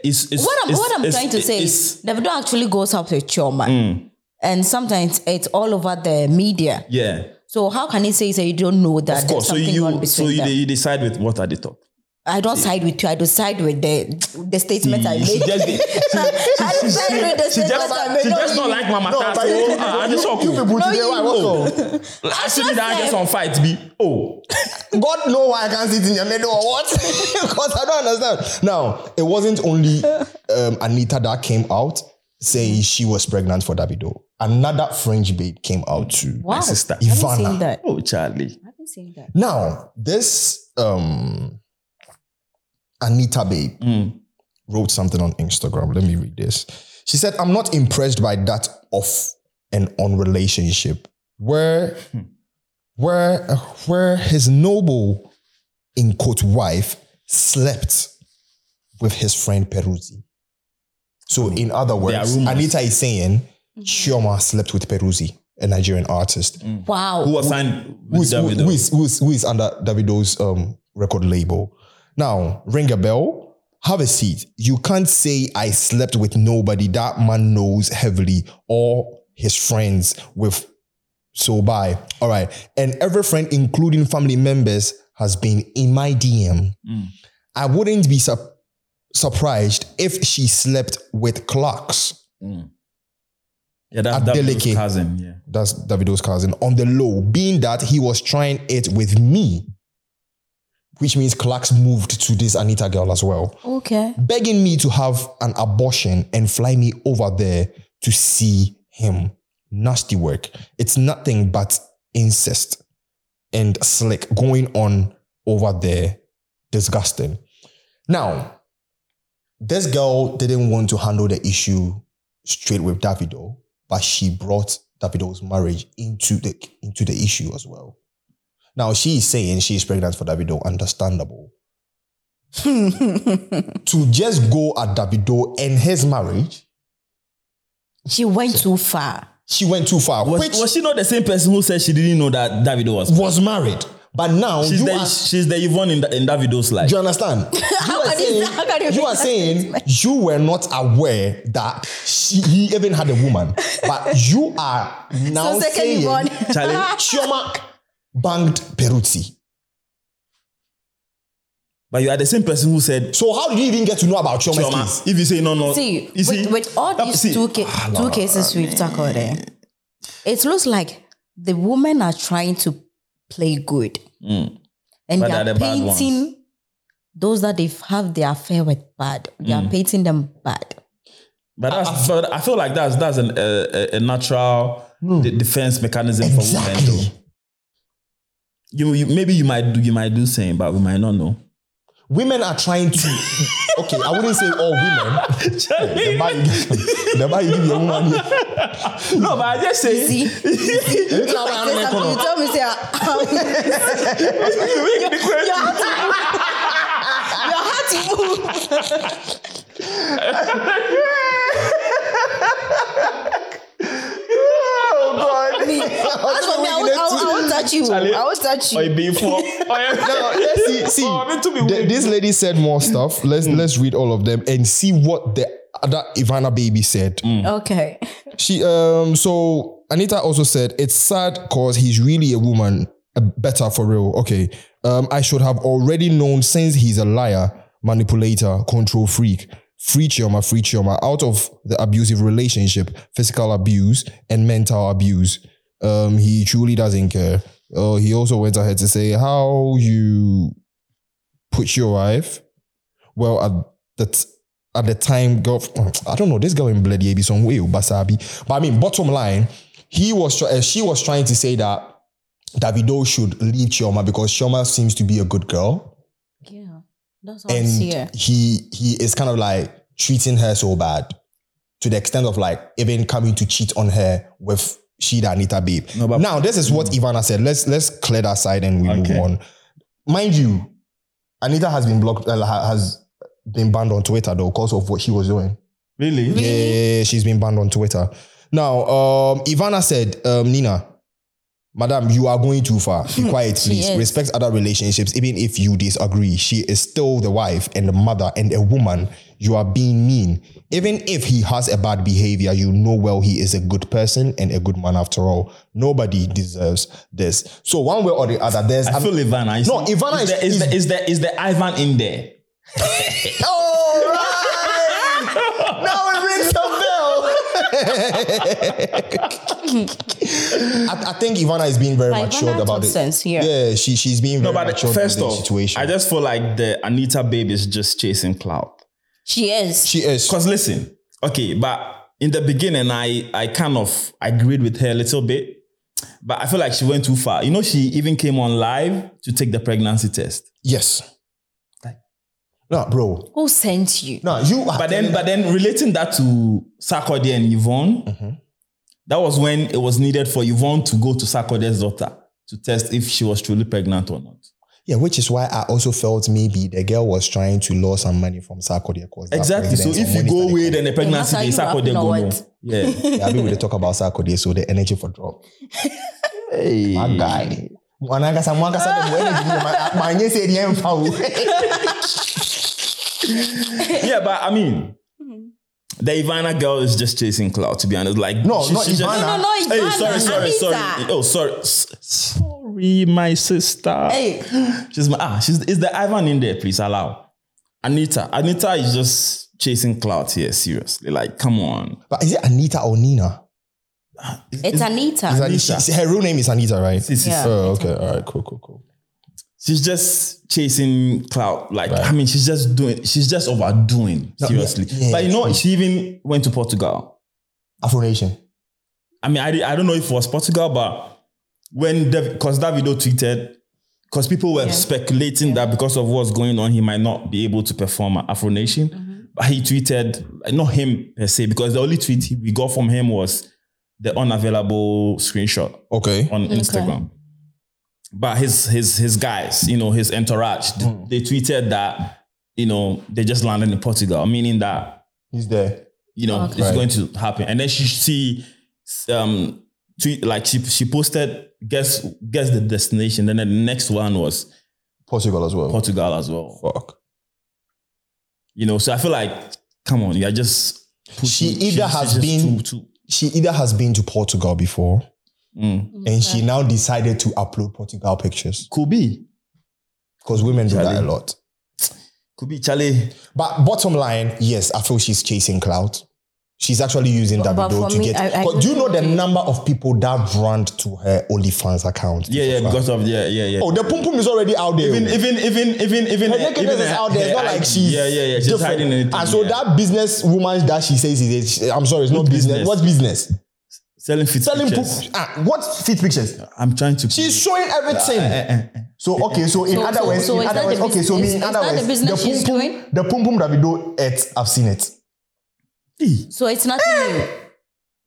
Speaker 2: it's, it's
Speaker 3: What I'm
Speaker 2: it's,
Speaker 3: what I'm
Speaker 2: it's-
Speaker 3: trying to say
Speaker 2: it's- Mm.
Speaker 3: is Davido actually goes out with Chioma, and sometimes it's all over the media.
Speaker 2: yeah,
Speaker 3: So how can he say that you don't know that
Speaker 2: of course.
Speaker 3: there's
Speaker 2: So
Speaker 3: something on
Speaker 2: you
Speaker 3: between
Speaker 2: so you,
Speaker 3: them?
Speaker 2: you decide with what are they talk.
Speaker 3: I don't side with you. I don't side with the the statement I made.
Speaker 2: She just
Speaker 3: [LAUGHS]
Speaker 2: did-
Speaker 3: I don't side with
Speaker 2: She
Speaker 3: the statement I
Speaker 2: just, she
Speaker 3: made.
Speaker 2: just not like Mama
Speaker 1: No,
Speaker 2: Tass.
Speaker 1: but
Speaker 2: Oh, ah, I just saw
Speaker 1: you people
Speaker 3: No,
Speaker 1: today,
Speaker 3: you-
Speaker 1: why what's up?
Speaker 2: I see
Speaker 3: just
Speaker 2: that I get
Speaker 3: said-
Speaker 2: some fight. Be oh,
Speaker 1: God know why I can't sit in your middle or what? [LAUGHS] because I don't understand. Now, it wasn't only um, Anita that came out saying she was pregnant for Davido. Another French babe came out too.
Speaker 3: Wow.
Speaker 2: sister.
Speaker 3: I haven't
Speaker 1: Ivana.
Speaker 3: seen that.
Speaker 2: oh, Charlie.
Speaker 3: I haven't seen that.
Speaker 1: Now, this um, Anita babe
Speaker 2: Mm.
Speaker 1: wrote something on Instagram. Let me read this. She said, I'm not impressed by that off and on relationship where where where his noble in quote wife slept with his friend Peruzzi. So in other words,
Speaker 2: rumors.
Speaker 1: Anita is saying Chioma slept with Peruzzi, a Nigerian artist
Speaker 3: Wow.
Speaker 2: Mm. Who was signed
Speaker 1: who
Speaker 2: with
Speaker 1: is, who,
Speaker 2: Davido?
Speaker 1: who is, who is, who is under Davido's um, record label. Now, ring a bell, have a seat. You can't say I slept with nobody. That man knows heavily all his friends with so bye. All right. And every friend, including family members, has been in my DM.
Speaker 2: Mm.
Speaker 1: I wouldn't be sup- surprised if she slept with Clarks.
Speaker 2: Mm. Yeah, that, that was
Speaker 1: Adeleke.
Speaker 2: his cousin. Yeah.
Speaker 1: that's Davido's cousin, on the low, being that he was trying it with me, which means Clark's moved to this Anita girl as well,
Speaker 3: Okay.
Speaker 1: begging me to have an abortion and fly me over there to see him. Nasty work. It's nothing but incest and slick going on over there. Disgusting. Now, this girl didn't want to handle the issue straight with Davido, but she brought Davido's marriage into the into the issue as well. Now she is saying she is pregnant for Davido, understandable. to just go at Davido and his marriage,
Speaker 3: She went too far.
Speaker 1: she went too far,
Speaker 2: Was,
Speaker 1: which
Speaker 2: was she not the same person who said she didn't know that Davido was?
Speaker 1: was married. But now
Speaker 2: She's
Speaker 1: you
Speaker 2: the
Speaker 1: are
Speaker 2: she's the Yvonne in, the, in Davido's life.
Speaker 1: Do you
Speaker 2: [LAUGHS]
Speaker 1: understand? You are
Speaker 3: can you-
Speaker 1: saying,
Speaker 3: how can you
Speaker 1: you,
Speaker 3: make
Speaker 1: are
Speaker 3: that
Speaker 1: saying you were not aware that she, he even had a woman,
Speaker 3: [LAUGHS]
Speaker 1: but you are now
Speaker 3: So second
Speaker 1: saying
Speaker 3: [LAUGHS] one.
Speaker 1: [LAUGHS]
Speaker 2: Charlie,
Speaker 1: Chioma banged Peruti.
Speaker 2: but you are the same person who said
Speaker 1: So how did you even get to know about Chioma's case?
Speaker 2: Chioma. If you say no, no,
Speaker 3: See,
Speaker 2: Oh, you
Speaker 3: with,
Speaker 2: see,
Speaker 3: with all
Speaker 2: that-
Speaker 3: these
Speaker 2: see, Ah,
Speaker 3: two, ca- two cases we've tackled, eh, it looks like the women are trying to play good. And
Speaker 2: Hmm. But
Speaker 3: they
Speaker 2: they're
Speaker 3: are
Speaker 2: the bad ones.
Speaker 3: painting those that they've have their affair with bad. They
Speaker 2: Hmm.
Speaker 3: are painting them
Speaker 2: [LAUGHS]
Speaker 3: bad.
Speaker 2: But that's, I, feel, I feel like that's that's an, a, a- a natural de- defense mechanism for
Speaker 1: Hmm.
Speaker 2: women.
Speaker 1: Exactly.
Speaker 2: Though. You, you maybe you might do you might do same, but we might not know.
Speaker 1: Women are trying to. Okay, I wouldn't say all
Speaker 2: [LAUGHS]
Speaker 1: women. the man you give, the man you give your
Speaker 3: [LAUGHS]
Speaker 1: woman.
Speaker 2: no, but I just say [LAUGHS]
Speaker 3: See?
Speaker 1: You tell me how many
Speaker 3: Something
Speaker 1: color.
Speaker 3: you tell me, say, ah,
Speaker 2: [LAUGHS]
Speaker 3: [LAUGHS] your heart your heart moved.
Speaker 2: [LAUGHS]
Speaker 1: Oh,
Speaker 3: Me. As for me, I will, I will, I will touch you. I will
Speaker 2: Oh,
Speaker 3: touch you.
Speaker 1: [LAUGHS] Now, let's see. oh, see th- this lady said more stuff. Let's let's read all of them and see what the other Ivana baby said.
Speaker 3: Okay.
Speaker 1: She um so Anita also said it's sad cause he's really a woman. uh, Better for real. Okay. Um, I should have already known since he's a liar, manipulator, control freak, free chioma, free chioma, out of the abusive relationship, physical abuse, and mental abuse. Um, he truly doesn't care. Uh, he also went ahead to say how you put your wife. Well, at the t- at the time, girl, I don't know. This girl in bloody AB some way, Basabi. But I mean, bottom line, he was try- uh, she was trying to say that Davido should leave Chioma because Chioma seems to be a good girl,
Speaker 3: Yeah. That's all I
Speaker 1: and
Speaker 3: see. eh.
Speaker 1: he he is kind of like treating her so bad to the extent of like even coming to cheat on her with Shida Anita babe.
Speaker 2: No, but- Mm.
Speaker 1: now this is what Ivana said. Let's let's clear that side and we
Speaker 2: Okay.
Speaker 1: move on. Mind you, Anita has been blocked uh, ha- has been banned on Twitter though because of what she was doing.
Speaker 2: really.
Speaker 1: Yeah,
Speaker 3: Really?
Speaker 1: yeah, yeah, she's been banned on Twitter. Now, um, Ivana said, um, Nina, Madam, you are going too far.
Speaker 3: [LAUGHS]
Speaker 1: Be quiet,
Speaker 3: She
Speaker 1: please.
Speaker 3: is.
Speaker 1: Respect other relationships, even if you disagree. She is still the wife and the mother and a woman. You are being mean. Even if he has a bad behavior, you know well he is a good person and a good man after all. Nobody deserves this. So one way or the other, there's
Speaker 2: I feel Ivana. Is,
Speaker 1: No, Ivana
Speaker 2: is
Speaker 1: is-
Speaker 2: there, is, there, is there is there Ivan in there?
Speaker 1: All right. now it rings a bell. [LAUGHS] I, I think Ivana is being very
Speaker 3: Like,
Speaker 1: matured
Speaker 3: Ivana
Speaker 1: about
Speaker 3: talks
Speaker 1: it.
Speaker 3: sense, yeah.
Speaker 1: yeah, she she's being very
Speaker 2: But
Speaker 1: matured
Speaker 2: first
Speaker 1: in
Speaker 2: off,
Speaker 1: this situation.
Speaker 2: I just feel like the Anita babe is just chasing clout.
Speaker 3: She is.
Speaker 1: she is.
Speaker 2: Because listen, okay, but in the beginning, I I kind of agreed with her a little bit, but I feel like she went too far. You know, she even came on live to take the pregnancy test.
Speaker 1: Yes. No, bro.
Speaker 3: Who sent you?
Speaker 1: No, you.
Speaker 2: But then, but then relating that to Sarkodie and Yvonne, that was when it was needed for Yvonne to go to Sarkodie's daughter to test if she was truly pregnant or not.
Speaker 1: yeah, which is why I also felt maybe the girl was trying to lure some money from Sarkodie. Cause that
Speaker 2: Exactly. So
Speaker 1: president
Speaker 2: if you
Speaker 1: on
Speaker 2: go
Speaker 1: Wednesday,
Speaker 2: away, then the pregnancy
Speaker 3: how
Speaker 2: day,
Speaker 3: you wrap
Speaker 2: Sarkodie
Speaker 3: now,
Speaker 2: go no.
Speaker 3: what?
Speaker 2: Yeah.
Speaker 1: yeah, I mean, we dey talk about Sarkodie, so the energy for drop.
Speaker 2: hey.
Speaker 1: My guy. Mwanankasa, mwanankasa, the energy,
Speaker 2: [LAUGHS]
Speaker 1: my- my nye say the end foul.
Speaker 2: yeah, but I mean,
Speaker 3: Mm-hmm.
Speaker 2: the Ivana girl is just chasing clout. To be honest, like
Speaker 1: No, not
Speaker 2: just-
Speaker 1: Ivana.
Speaker 3: No, no, no,
Speaker 2: Hey,
Speaker 3: Ivana.
Speaker 2: sorry, sorry,
Speaker 3: Anita.
Speaker 2: sorry. Oh, sorry, S- sorry, my sister.
Speaker 3: Hey,
Speaker 2: She's my ah. She's is the Ivan in there? Please allow. Anita, Anita is just chasing clout here. Seriously, like come on.
Speaker 1: But is it Anita or Nina?
Speaker 3: it's Anita.
Speaker 1: Is Ani-
Speaker 2: Anita.
Speaker 1: she- her real name is Anita, right?
Speaker 2: She's,
Speaker 3: Yeah.
Speaker 1: Oh, okay. All right. Cool. Cool. Cool.
Speaker 2: she's just chasing clout. Like I mean, she's just doing. She's just overdoing.
Speaker 1: No,
Speaker 2: Seriously,
Speaker 1: yeah, yeah,
Speaker 2: but you know, she even went to Portugal.
Speaker 1: Afro Nation.
Speaker 2: I mean, I, di- I don't know if it was Portugal, but when because Davido tweeted, because people were speculating that because of what's going on, he might not be able to perform at Afro Nation. But he tweeted, not him per se, because the only tweet he- we got from him was the unavailable screenshot
Speaker 1: Okay.
Speaker 2: on Instagram. But his his his guys, you know, his entourage, th- they tweeted that you know they just landed in Portugal, meaning that
Speaker 1: He's there.
Speaker 2: you know, it's
Speaker 1: Right.
Speaker 2: going to happen. And then she she um tweet like she she posted guess guess the destination. Then the next one was
Speaker 1: Portugal as well.
Speaker 2: Portugal as well.
Speaker 1: Fuck.
Speaker 2: You know, so I feel like come on, you're just
Speaker 1: She either
Speaker 2: she's
Speaker 1: has
Speaker 2: just
Speaker 1: been-
Speaker 2: too, too,
Speaker 1: She either has been to Portugal before,
Speaker 2: Mm.
Speaker 1: and she now decided to upload Portugal pictures
Speaker 2: could be
Speaker 1: because women do that a
Speaker 2: Charlie.
Speaker 1: lot.
Speaker 2: could be Charlie.
Speaker 1: But bottom line, yes, I feel she's chasing clout. She's actually using
Speaker 3: But- but
Speaker 1: Davido
Speaker 3: for
Speaker 1: to
Speaker 3: me,
Speaker 1: get.
Speaker 3: I- I
Speaker 1: but do you know the
Speaker 3: really-
Speaker 1: number of people that ran to her OnlyFans account? to
Speaker 2: Yeah, yeah,
Speaker 1: subscribe?
Speaker 2: because of yeah, yeah, yeah.
Speaker 1: oh, the pum pum is already out there.
Speaker 2: even even even even even
Speaker 1: her nakedness is
Speaker 2: her-
Speaker 1: out there. It's not
Speaker 2: her
Speaker 1: like
Speaker 2: ID-
Speaker 1: she's
Speaker 2: yeah, yeah, yeah. She's
Speaker 1: different.
Speaker 2: hiding anything.
Speaker 1: And so
Speaker 2: yeah.
Speaker 1: that business woman that she says is, a- I'm sorry, it's not business.
Speaker 2: business?
Speaker 1: What business?
Speaker 2: selling fit
Speaker 1: Selling
Speaker 2: pictures.
Speaker 1: pictures. Ah, what fit pictures?
Speaker 2: I'm trying to.
Speaker 1: She's showing everything.
Speaker 2: eh,
Speaker 1: So okay, so in
Speaker 3: So-
Speaker 1: other
Speaker 3: so-
Speaker 1: words,
Speaker 3: so
Speaker 1: in
Speaker 3: is
Speaker 1: other
Speaker 3: that
Speaker 1: words,
Speaker 3: the
Speaker 1: okay, so
Speaker 3: business-
Speaker 1: me
Speaker 3: is-
Speaker 1: in
Speaker 3: is
Speaker 1: other
Speaker 3: that the
Speaker 1: words,
Speaker 3: business she's
Speaker 1: pum
Speaker 3: doing?
Speaker 1: pum, the pum pum Davido ate, I've seen it.
Speaker 3: So it's nothing new.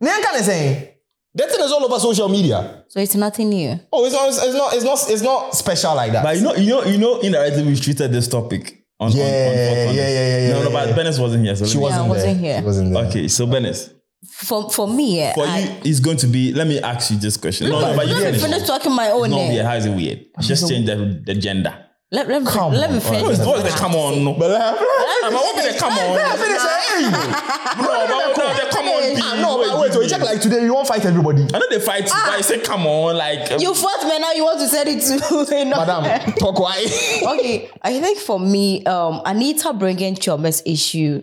Speaker 1: Nyankan is saying that thing is all over social media.
Speaker 3: So it's nothing new.
Speaker 1: Oh, it's not, it's not, it's not, it's not special like that.
Speaker 2: But you know, you know, you know. Indirectly, we've treated this topic. On, on-
Speaker 1: Yeah,
Speaker 2: on, on, on
Speaker 1: yeah, yeah, yeah,
Speaker 2: No, no,
Speaker 1: yeah,
Speaker 2: but
Speaker 1: yeah.
Speaker 2: Bennett wasn't here. So
Speaker 1: she
Speaker 2: let
Speaker 1: wasn't,
Speaker 2: me-
Speaker 3: I wasn't
Speaker 1: there.
Speaker 3: here.
Speaker 1: She wasn't there.
Speaker 2: Okay, so Bennett,
Speaker 3: For for me, eh,
Speaker 2: for
Speaker 3: I,
Speaker 2: you, it's going to be. Let me ask you this question. No, no, but you
Speaker 3: let me
Speaker 2: finish.
Speaker 3: finish talking my own.
Speaker 2: No,
Speaker 3: eh.
Speaker 2: yeah, how is it weird? Just change the, the gender.
Speaker 3: Let, let, me- let me
Speaker 1: on,
Speaker 3: finish.
Speaker 1: what is-
Speaker 2: What's the come on? No,
Speaker 1: But like,
Speaker 2: I'm hoping they come on.
Speaker 1: I finish saying, hey,
Speaker 2: [LAUGHS] No, but no, they come on.
Speaker 1: Ah, no, but Ah, wait, wait, check like today, you won't fight everybody.
Speaker 2: I know they fight, but I say come on, like
Speaker 3: You fought me now. You want to sell it to [LAUGHS] you
Speaker 1: [LAUGHS]
Speaker 3: know?
Speaker 1: Madam, talk why.
Speaker 3: okay, I think for me, um, Anita bringing Choma's issue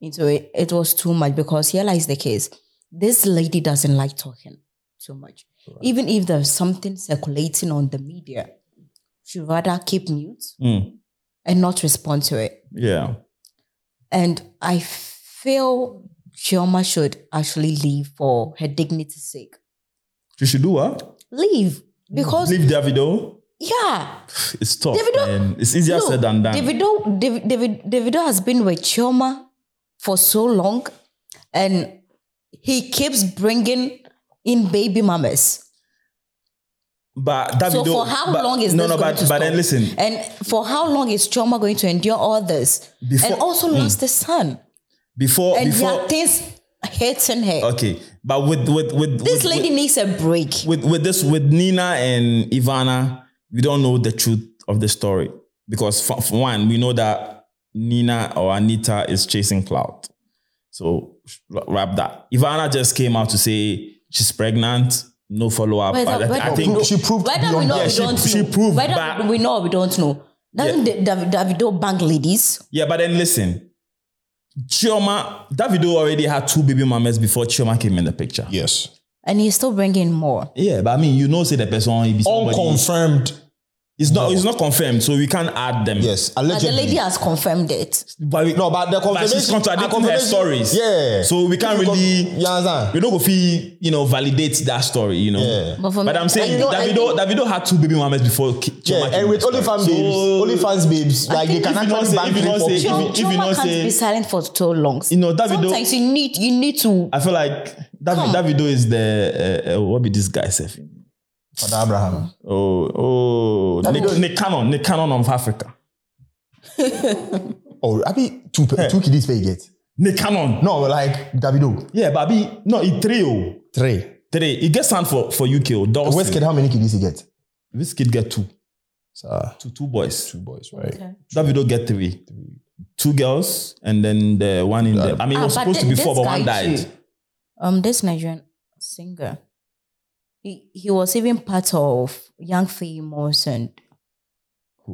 Speaker 3: into it, it was too much because here lies the case. This lady doesn't like talking too much. Even if there's something circulating on the media, she'd rather keep mute
Speaker 2: Mm,
Speaker 3: and not respond to it.
Speaker 2: yeah.
Speaker 3: And I feel Chioma should actually leave for her dignity's sake.
Speaker 2: You should do what?
Speaker 3: Leave. Because,
Speaker 2: Leave Davido.
Speaker 3: yeah,
Speaker 2: It's tough.
Speaker 3: Davido-
Speaker 2: man. It's easier
Speaker 3: No,
Speaker 2: said than done.
Speaker 3: Davido, David, David, Davido has been with Chioma for so long, and he keeps bringing in baby mamas.
Speaker 2: But Davido.
Speaker 3: So for how
Speaker 2: but-
Speaker 3: long is
Speaker 2: no,
Speaker 3: this
Speaker 2: no?
Speaker 3: going
Speaker 2: but
Speaker 3: to
Speaker 2: but
Speaker 3: stop?
Speaker 2: then listen.
Speaker 3: And for how long is Chioma going to endure all this?
Speaker 2: Before-
Speaker 3: and also lost his son.
Speaker 2: Before
Speaker 3: And there
Speaker 2: before Uh,
Speaker 3: are things hitting her.
Speaker 2: okay, but with with with with,
Speaker 3: this lady needs a break.
Speaker 2: with with this with Nina and Ivana, we don't know the truth of the story because for, for one, we know that Nina or Anita is chasing clout. So wra- wrap that. Ivana just came out to say she's pregnant, no follow up.
Speaker 3: Whether-
Speaker 2: I, I
Speaker 3: whether-
Speaker 2: think
Speaker 1: she proved
Speaker 3: Whether we
Speaker 1: beyond
Speaker 3: know,
Speaker 1: that.
Speaker 3: we
Speaker 2: she-
Speaker 3: don't
Speaker 2: she
Speaker 3: know.
Speaker 2: proved
Speaker 3: Whether
Speaker 2: back-
Speaker 3: we know, or we don't know. Doesn't Dav- Davido bang ladies?
Speaker 2: Yeah, but then listen, Chioma, Davido already had two baby mamas before Chioma came in the picture. Yeah,
Speaker 1: Yes.
Speaker 3: And he's still bringing more.
Speaker 2: but I mean, you know, say the person he be somebody.
Speaker 1: Unconfirmed.
Speaker 2: it's not, it's not confirmed, so we can't add them.
Speaker 1: Yes.
Speaker 3: But the
Speaker 1: Allegedly.
Speaker 3: lady has confirmed it.
Speaker 2: but we,
Speaker 1: no, but the
Speaker 2: but
Speaker 1: confirmation.
Speaker 2: she's contradicting her
Speaker 1: confirmation-
Speaker 2: stories.
Speaker 1: Yeah.
Speaker 2: so we can't really.
Speaker 1: You understand?
Speaker 2: We don't go feel, you know, validate that story, you know.
Speaker 1: Yeah.
Speaker 3: But for me-
Speaker 2: I'm saying
Speaker 3: And you know, I
Speaker 2: Davido, Davido had two baby mamas before Ki-
Speaker 1: Yeah,
Speaker 2: Chioma. came
Speaker 1: and
Speaker 2: in
Speaker 1: with
Speaker 2: the story.
Speaker 1: OnlyFans
Speaker 2: So-
Speaker 1: babes, OnlyFans babes, like they
Speaker 3: think
Speaker 1: can
Speaker 2: if you don't
Speaker 1: actually
Speaker 2: say-
Speaker 1: ban
Speaker 2: if you don't
Speaker 1: three,
Speaker 2: say-
Speaker 1: four
Speaker 2: if
Speaker 3: Choma,
Speaker 2: you- if you
Speaker 3: Choma
Speaker 2: not
Speaker 3: can't
Speaker 2: say-
Speaker 3: be silent for so long.
Speaker 2: You know, Davido-
Speaker 3: Sometimes you need you need to.
Speaker 2: I feel like David,
Speaker 3: Come.
Speaker 2: Davido is the uh, uh, what be this guy surfing?
Speaker 1: for the Abraham.
Speaker 2: Oh, oh, Nick, Nick Cannon, Nick Cannon of Africa.
Speaker 1: Oh, I be two, pe- two kiddies pay get.
Speaker 2: Nick Cannon.
Speaker 1: No, like Davido.
Speaker 2: Yeah, but I be no, it three oh.
Speaker 1: Three.
Speaker 2: Three. It gets signed for for UK. oh, Dawson.
Speaker 1: West kid, how many kiddies he get?
Speaker 2: This kid get two,
Speaker 1: So,
Speaker 2: two, two boys.
Speaker 1: two boys, right?
Speaker 2: Davido get three, two girls, and then the one in the. I mean, it
Speaker 3: Ah,
Speaker 2: was
Speaker 3: but
Speaker 2: supposed to
Speaker 3: thi-
Speaker 2: be four,
Speaker 3: this
Speaker 2: but one
Speaker 3: guy
Speaker 2: died.
Speaker 3: too. Um, this Nigerian singer, he he was even part of Young Famous and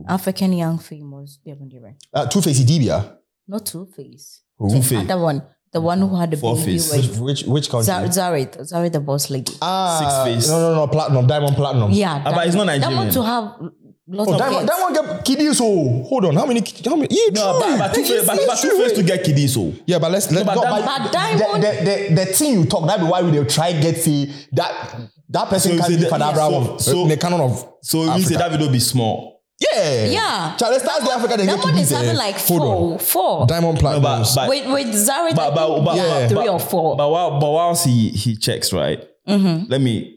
Speaker 3: African Young Famous. They haven't given.
Speaker 1: Uh, two facey Dibia.
Speaker 3: Not Two Face.
Speaker 2: Two
Speaker 3: Other one, the one who had the
Speaker 2: Four
Speaker 3: baby
Speaker 2: Face.
Speaker 1: Which,
Speaker 3: with
Speaker 1: which, which country?
Speaker 3: Zari, Zari, Zari the boss lady.
Speaker 1: Ah,
Speaker 2: Six Face.
Speaker 1: No, no, no, platinum, diamond, platinum.
Speaker 3: Yeah,
Speaker 2: Ah, but it's not
Speaker 3: That
Speaker 2: Nigerian.
Speaker 3: one to have lots
Speaker 1: Oh,
Speaker 3: of
Speaker 1: diamond,
Speaker 3: kids.
Speaker 1: diamond get kiddies. Oh, hold on, how many? kid- How many? Yeah,
Speaker 2: No,
Speaker 1: true.
Speaker 2: but, but two
Speaker 1: Yeah,
Speaker 2: face, but, but two
Speaker 1: true.
Speaker 2: face to get oh. kiddies. So
Speaker 1: Yeah, but let's let's
Speaker 2: but
Speaker 1: go.
Speaker 2: Diamond-
Speaker 3: But Diamond-
Speaker 1: The, the, the, the thing you talk that be why we they try get see that that person
Speaker 2: So you
Speaker 1: can't
Speaker 2: say
Speaker 1: be
Speaker 2: that-
Speaker 1: Father
Speaker 2: yeah,
Speaker 1: Abraham.
Speaker 2: so- so-
Speaker 1: uh, the canon of
Speaker 2: so it means that Davido be small.
Speaker 1: yeah
Speaker 3: Yeah.
Speaker 1: Charlie starts the Africa. They
Speaker 3: That
Speaker 1: get
Speaker 3: one
Speaker 1: kiddies,
Speaker 3: is having
Speaker 1: eh.
Speaker 3: like
Speaker 1: Hold on.
Speaker 3: four, four.
Speaker 1: diamond platinum.
Speaker 2: But but
Speaker 3: With with Zari,
Speaker 2: but, but, but,
Speaker 1: Yeah.
Speaker 3: three
Speaker 2: but-
Speaker 3: or four.
Speaker 2: But while but whilst he he checks right,
Speaker 3: Mhm.
Speaker 2: let me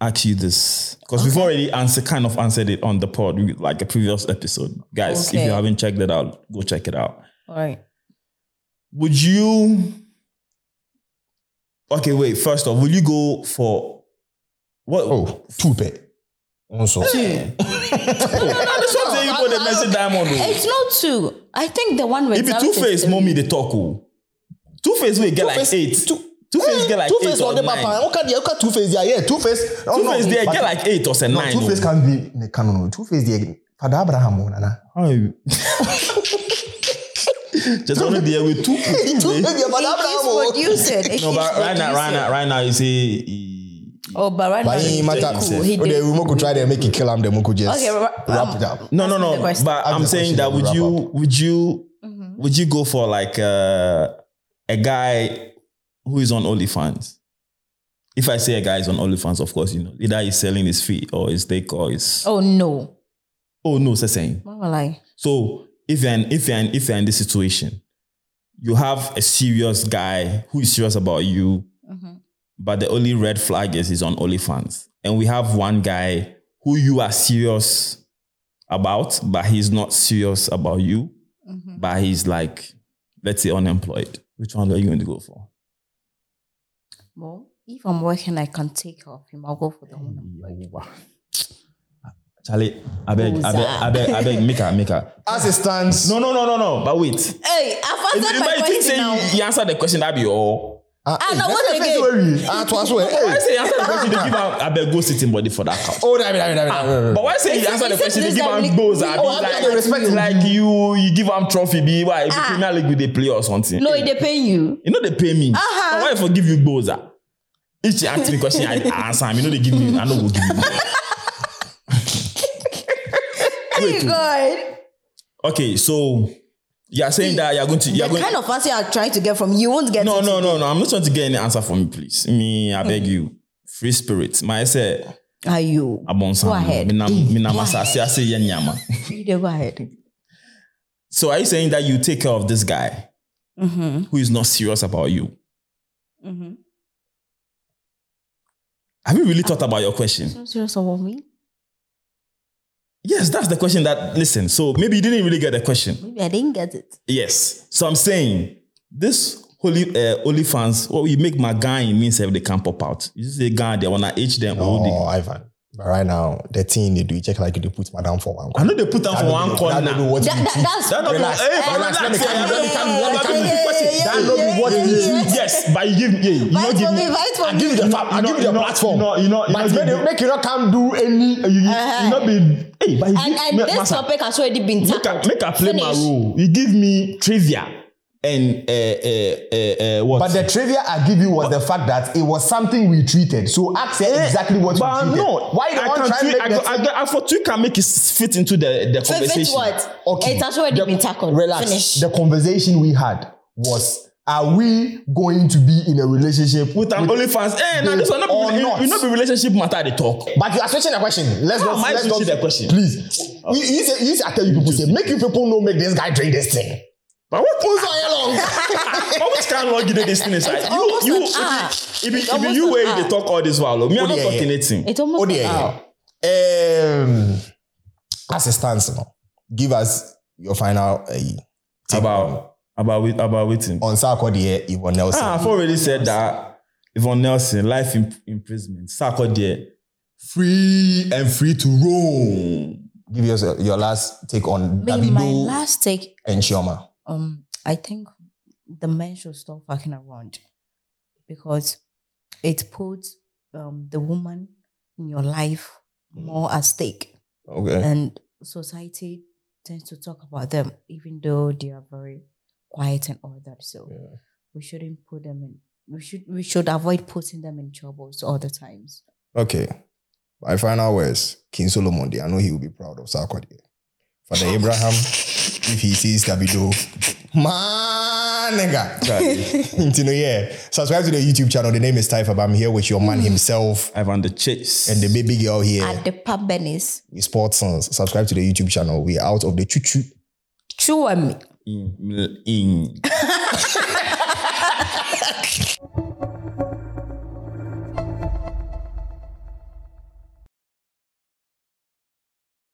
Speaker 2: ask you this because we've already answered kind of answered it on the pod with, like a previous episode, guys. If
Speaker 3: Okay.
Speaker 2: you haven't checked it out, go check it out.
Speaker 3: All right.
Speaker 2: Would you Okay, wait. First off, will you go for what? [LAUGHS]
Speaker 1: Oh, two pay. Also,
Speaker 2: Yeah. no, this one say you go the messy diamond. oh.
Speaker 3: It's not two. I think the one with
Speaker 2: If it
Speaker 3: Zach
Speaker 2: two
Speaker 3: is
Speaker 2: face,
Speaker 3: three.
Speaker 2: mommy they talk. Two face will get like
Speaker 1: Two-Face-
Speaker 2: eight.
Speaker 1: Two- Hmm,
Speaker 2: Two face get like
Speaker 1: two
Speaker 2: eight
Speaker 1: face
Speaker 2: or
Speaker 1: on the
Speaker 2: nine.
Speaker 1: map. Okay, okay, two face. Yeah, yeah, two face.
Speaker 2: Two face there get like eight or say
Speaker 1: no,
Speaker 2: nine.
Speaker 1: two face
Speaker 2: oh.
Speaker 1: can't be. No, no, no. Two face there. Father Abraham, oh, nana.
Speaker 2: [LAUGHS] Just only there with
Speaker 1: [LAUGHS] Two
Speaker 2: two. two
Speaker 1: face
Speaker 2: face.
Speaker 1: there. Father Abraham,
Speaker 3: It
Speaker 1: oh.
Speaker 3: keeps producing. It
Speaker 2: No,
Speaker 3: keeps
Speaker 2: but right now, right now,
Speaker 3: producing.
Speaker 2: right now, you see. he-
Speaker 3: Oh, but right now,
Speaker 1: But
Speaker 3: he
Speaker 1: it
Speaker 3: did
Speaker 1: matter.
Speaker 3: cool. He
Speaker 1: Oh,
Speaker 3: did
Speaker 1: the remote could try to make it kill him. The remote could just
Speaker 3: Okay, ra-
Speaker 1: wrap
Speaker 3: um,
Speaker 1: it up.
Speaker 2: No, no,
Speaker 3: Ask me
Speaker 2: no.
Speaker 3: the question. Mm-hmm.
Speaker 2: But
Speaker 1: Ask
Speaker 2: I'm
Speaker 1: the
Speaker 2: saying
Speaker 1: question,
Speaker 2: that
Speaker 1: we'll
Speaker 2: would
Speaker 1: wrap
Speaker 2: you would you would you go for like uh, a guy who is on OnlyFans? If I say a guy is on OnlyFans, of course, you know, either he's selling his feet or his dick or his
Speaker 3: Oh no.
Speaker 2: oh no, it's the same.
Speaker 3: What will I?
Speaker 2: So if you're in, if you're in, if you're in this situation, you have a serious guy who is serious about you,
Speaker 3: Mm-hmm.
Speaker 2: but the only red flag is he's on OnlyFans, and we have one guy who you are serious about, but he's not serious about you,
Speaker 3: Mm-hmm.
Speaker 2: but he's like, let's say unemployed. Which one are you going to go for?
Speaker 3: Well, if I'm working, I can take off him. I'll go for the one.
Speaker 2: Charlie, I beg, I beg, I beg, I beg, make her, make her.
Speaker 1: As it stands,
Speaker 2: No, no, no, no, no. But wait. If
Speaker 3: Hey, I've
Speaker 2: you
Speaker 3: answered
Speaker 2: if
Speaker 3: my
Speaker 2: you
Speaker 3: question
Speaker 2: say
Speaker 3: now.
Speaker 2: you answer the question, that'd be all.
Speaker 3: Ah, now what again?
Speaker 1: Ah, it was well.
Speaker 2: Why
Speaker 1: Hey.
Speaker 2: say you answer the question, they give out I beg go sitting body for that couch.
Speaker 1: Oh, damn it, damn it, damn it, damn it.
Speaker 2: Ah, But why say you
Speaker 3: Listen,
Speaker 2: answer the question,
Speaker 3: listen to
Speaker 2: they
Speaker 3: this
Speaker 2: give
Speaker 3: guy,
Speaker 2: out
Speaker 3: we-
Speaker 2: goals,
Speaker 3: we-
Speaker 2: I
Speaker 1: oh,
Speaker 2: mean,
Speaker 1: I think
Speaker 2: like,
Speaker 1: they respect him.
Speaker 2: like you, you give out trophy, be why if
Speaker 3: Ah.
Speaker 2: you Premier League with they play or something.
Speaker 3: No, they pay you.
Speaker 2: You know they pay me.
Speaker 3: Uh-huh.
Speaker 2: Now Why forgive you goals? ah? If she ask me question, I I answer him. You know they give me, I know go give
Speaker 3: [LAUGHS]
Speaker 2: you.
Speaker 3: Hey God.
Speaker 2: Okay, so you are saying that you are going to you are
Speaker 3: The
Speaker 2: going
Speaker 3: kind of answer I'm trying to get from you, you won't get
Speaker 2: No,
Speaker 3: it.
Speaker 2: no, no, no. I'm not trying to get any answer from you, please. Me,
Speaker 3: Hmm.
Speaker 2: I beg you. Free spirit. My say
Speaker 3: Are you?
Speaker 2: abonsan.
Speaker 3: Go ahead.
Speaker 2: Mina, mina
Speaker 3: Go
Speaker 2: masa,
Speaker 3: ahead.
Speaker 2: say, yen yama.
Speaker 3: You do go ahead.
Speaker 2: So are you saying that you take care of this guy
Speaker 3: Mm-hmm.
Speaker 2: who is not serious about you?
Speaker 3: Mm-hmm.
Speaker 2: Have you really thought about your question?
Speaker 3: So serious about me?
Speaker 2: Yes, that's the question that listen. So maybe you didn't really get the question.
Speaker 3: Maybe I didn't get it.
Speaker 2: Yes. So I'm saying this holy uh, holy fans, what we make my guy means if they can pop out. You just say guy they wanna age them all day.
Speaker 1: Oh, Ivan. But right now, the thing they do, you check like they put madam for one
Speaker 2: I
Speaker 1: corner.
Speaker 2: know they put them for one
Speaker 1: That
Speaker 2: corner.
Speaker 1: don't be what
Speaker 3: That,
Speaker 1: you
Speaker 3: that,
Speaker 1: do.
Speaker 3: that's
Speaker 2: That not be-
Speaker 1: Relax.
Speaker 2: Hey, but
Speaker 1: Relax. Let me
Speaker 2: relax,
Speaker 1: come.
Speaker 2: yeah,
Speaker 1: Let me come. Let me come.
Speaker 3: yeah,
Speaker 1: to the question.
Speaker 3: yeah,
Speaker 1: That don't
Speaker 3: yeah,
Speaker 1: be what
Speaker 3: yeah,
Speaker 1: you do.
Speaker 3: yeah.
Speaker 2: Yes, but you give me. You
Speaker 3: Fight
Speaker 2: not
Speaker 3: for
Speaker 2: give
Speaker 3: me,
Speaker 2: me.
Speaker 3: fight for
Speaker 1: I give you
Speaker 3: me.
Speaker 1: the platform. I give you the platform.
Speaker 2: You know, you know, you
Speaker 1: But
Speaker 2: know,
Speaker 1: make you- make you not come do any.
Speaker 2: you, you,
Speaker 3: Uh-huh.
Speaker 2: you not be. Hey, but you
Speaker 3: And,
Speaker 2: give,
Speaker 3: and
Speaker 2: Ma-
Speaker 3: this
Speaker 2: Masa,
Speaker 3: topic has already been
Speaker 2: make I,
Speaker 3: tackled.
Speaker 2: make I play my
Speaker 3: Finish.
Speaker 2: role. You give me trivia and uh, uh, uh, uh, what?
Speaker 1: But the trivia I give you was the fact that it was something we treated. So ask her exactly what
Speaker 2: Eh, but
Speaker 1: you treated.
Speaker 2: no,
Speaker 1: Why you
Speaker 2: I
Speaker 1: want
Speaker 2: can
Speaker 1: try and
Speaker 2: tweet, I,
Speaker 1: make
Speaker 2: go,
Speaker 1: the
Speaker 2: I, go, I for two can make it fit into the the
Speaker 3: Favorite
Speaker 2: conversation.
Speaker 3: what?
Speaker 1: Okay.
Speaker 3: It has already
Speaker 1: The-
Speaker 3: been tackled.
Speaker 1: Relax.
Speaker 3: Finish.
Speaker 1: The conversation we had was: Are we going to be in a relationship
Speaker 2: With an OnlyFans, eh? Now
Speaker 1: With
Speaker 2: this one not
Speaker 1: or
Speaker 2: be,
Speaker 1: not.
Speaker 2: not. You, not be relationship matter. They talk.
Speaker 1: But you are switching the question. Let's
Speaker 2: How
Speaker 1: not
Speaker 2: am I
Speaker 1: let's
Speaker 2: switching
Speaker 1: not-
Speaker 2: the question?
Speaker 1: Please. You, you say, you say, I tell you people say, make you people know make this guy drink this thing.
Speaker 2: But what?
Speaker 3: [LAUGHS]
Speaker 1: Who's on
Speaker 2: [LAUGHS]
Speaker 1: long?
Speaker 2: How much can log you do this thing is like you
Speaker 3: almost
Speaker 2: you
Speaker 3: an
Speaker 2: if
Speaker 3: hour.
Speaker 2: it- if it-
Speaker 3: It's
Speaker 2: if it
Speaker 3: almost
Speaker 2: you
Speaker 3: an
Speaker 2: way they
Speaker 3: hour.
Speaker 2: talk all this while, me I'm not
Speaker 1: Oh, yeah,
Speaker 2: talking
Speaker 1: yeah.
Speaker 2: anything.
Speaker 3: It almost
Speaker 1: Oh dear.
Speaker 3: out.
Speaker 1: Um, as it stands now, give us your final uh, take
Speaker 2: About about wait- about waiting.
Speaker 1: on Sarkodie Yvonne Nelson.
Speaker 2: Ah, I've already said that Yvonne Nelson life in, imprisonment, Sarkodie free and free to roam.
Speaker 1: Give us your, your last take on
Speaker 3: Me, my
Speaker 1: Davido
Speaker 3: last take
Speaker 1: and Chioma.
Speaker 3: um, I think the men should stop fucking around because it puts um, the woman in your life more at stake,
Speaker 1: Okay.
Speaker 3: and society tends to talk about them, even though they are very quiet and all that. So
Speaker 1: Yeah.
Speaker 3: we shouldn't put them in. We should we should avoid putting them in troubles all the times.
Speaker 1: Okay. My final words, King Solomon. I know he will be proud of Sarkodie. Father Abraham, if he sees Davido, my nigga.
Speaker 3: [LAUGHS]
Speaker 1: Into the yeah. Subscribe to the YouTube channel. The name is Typhab. I'm here with your
Speaker 3: Hmm.
Speaker 1: man himself
Speaker 2: Ivan the chase.
Speaker 1: and the baby girl here.
Speaker 3: At the pub Benny's,
Speaker 1: we sports sons. Subscribe to the YouTube channel. We're out of the choo choo.
Speaker 3: chew on me.
Speaker 2: in, in.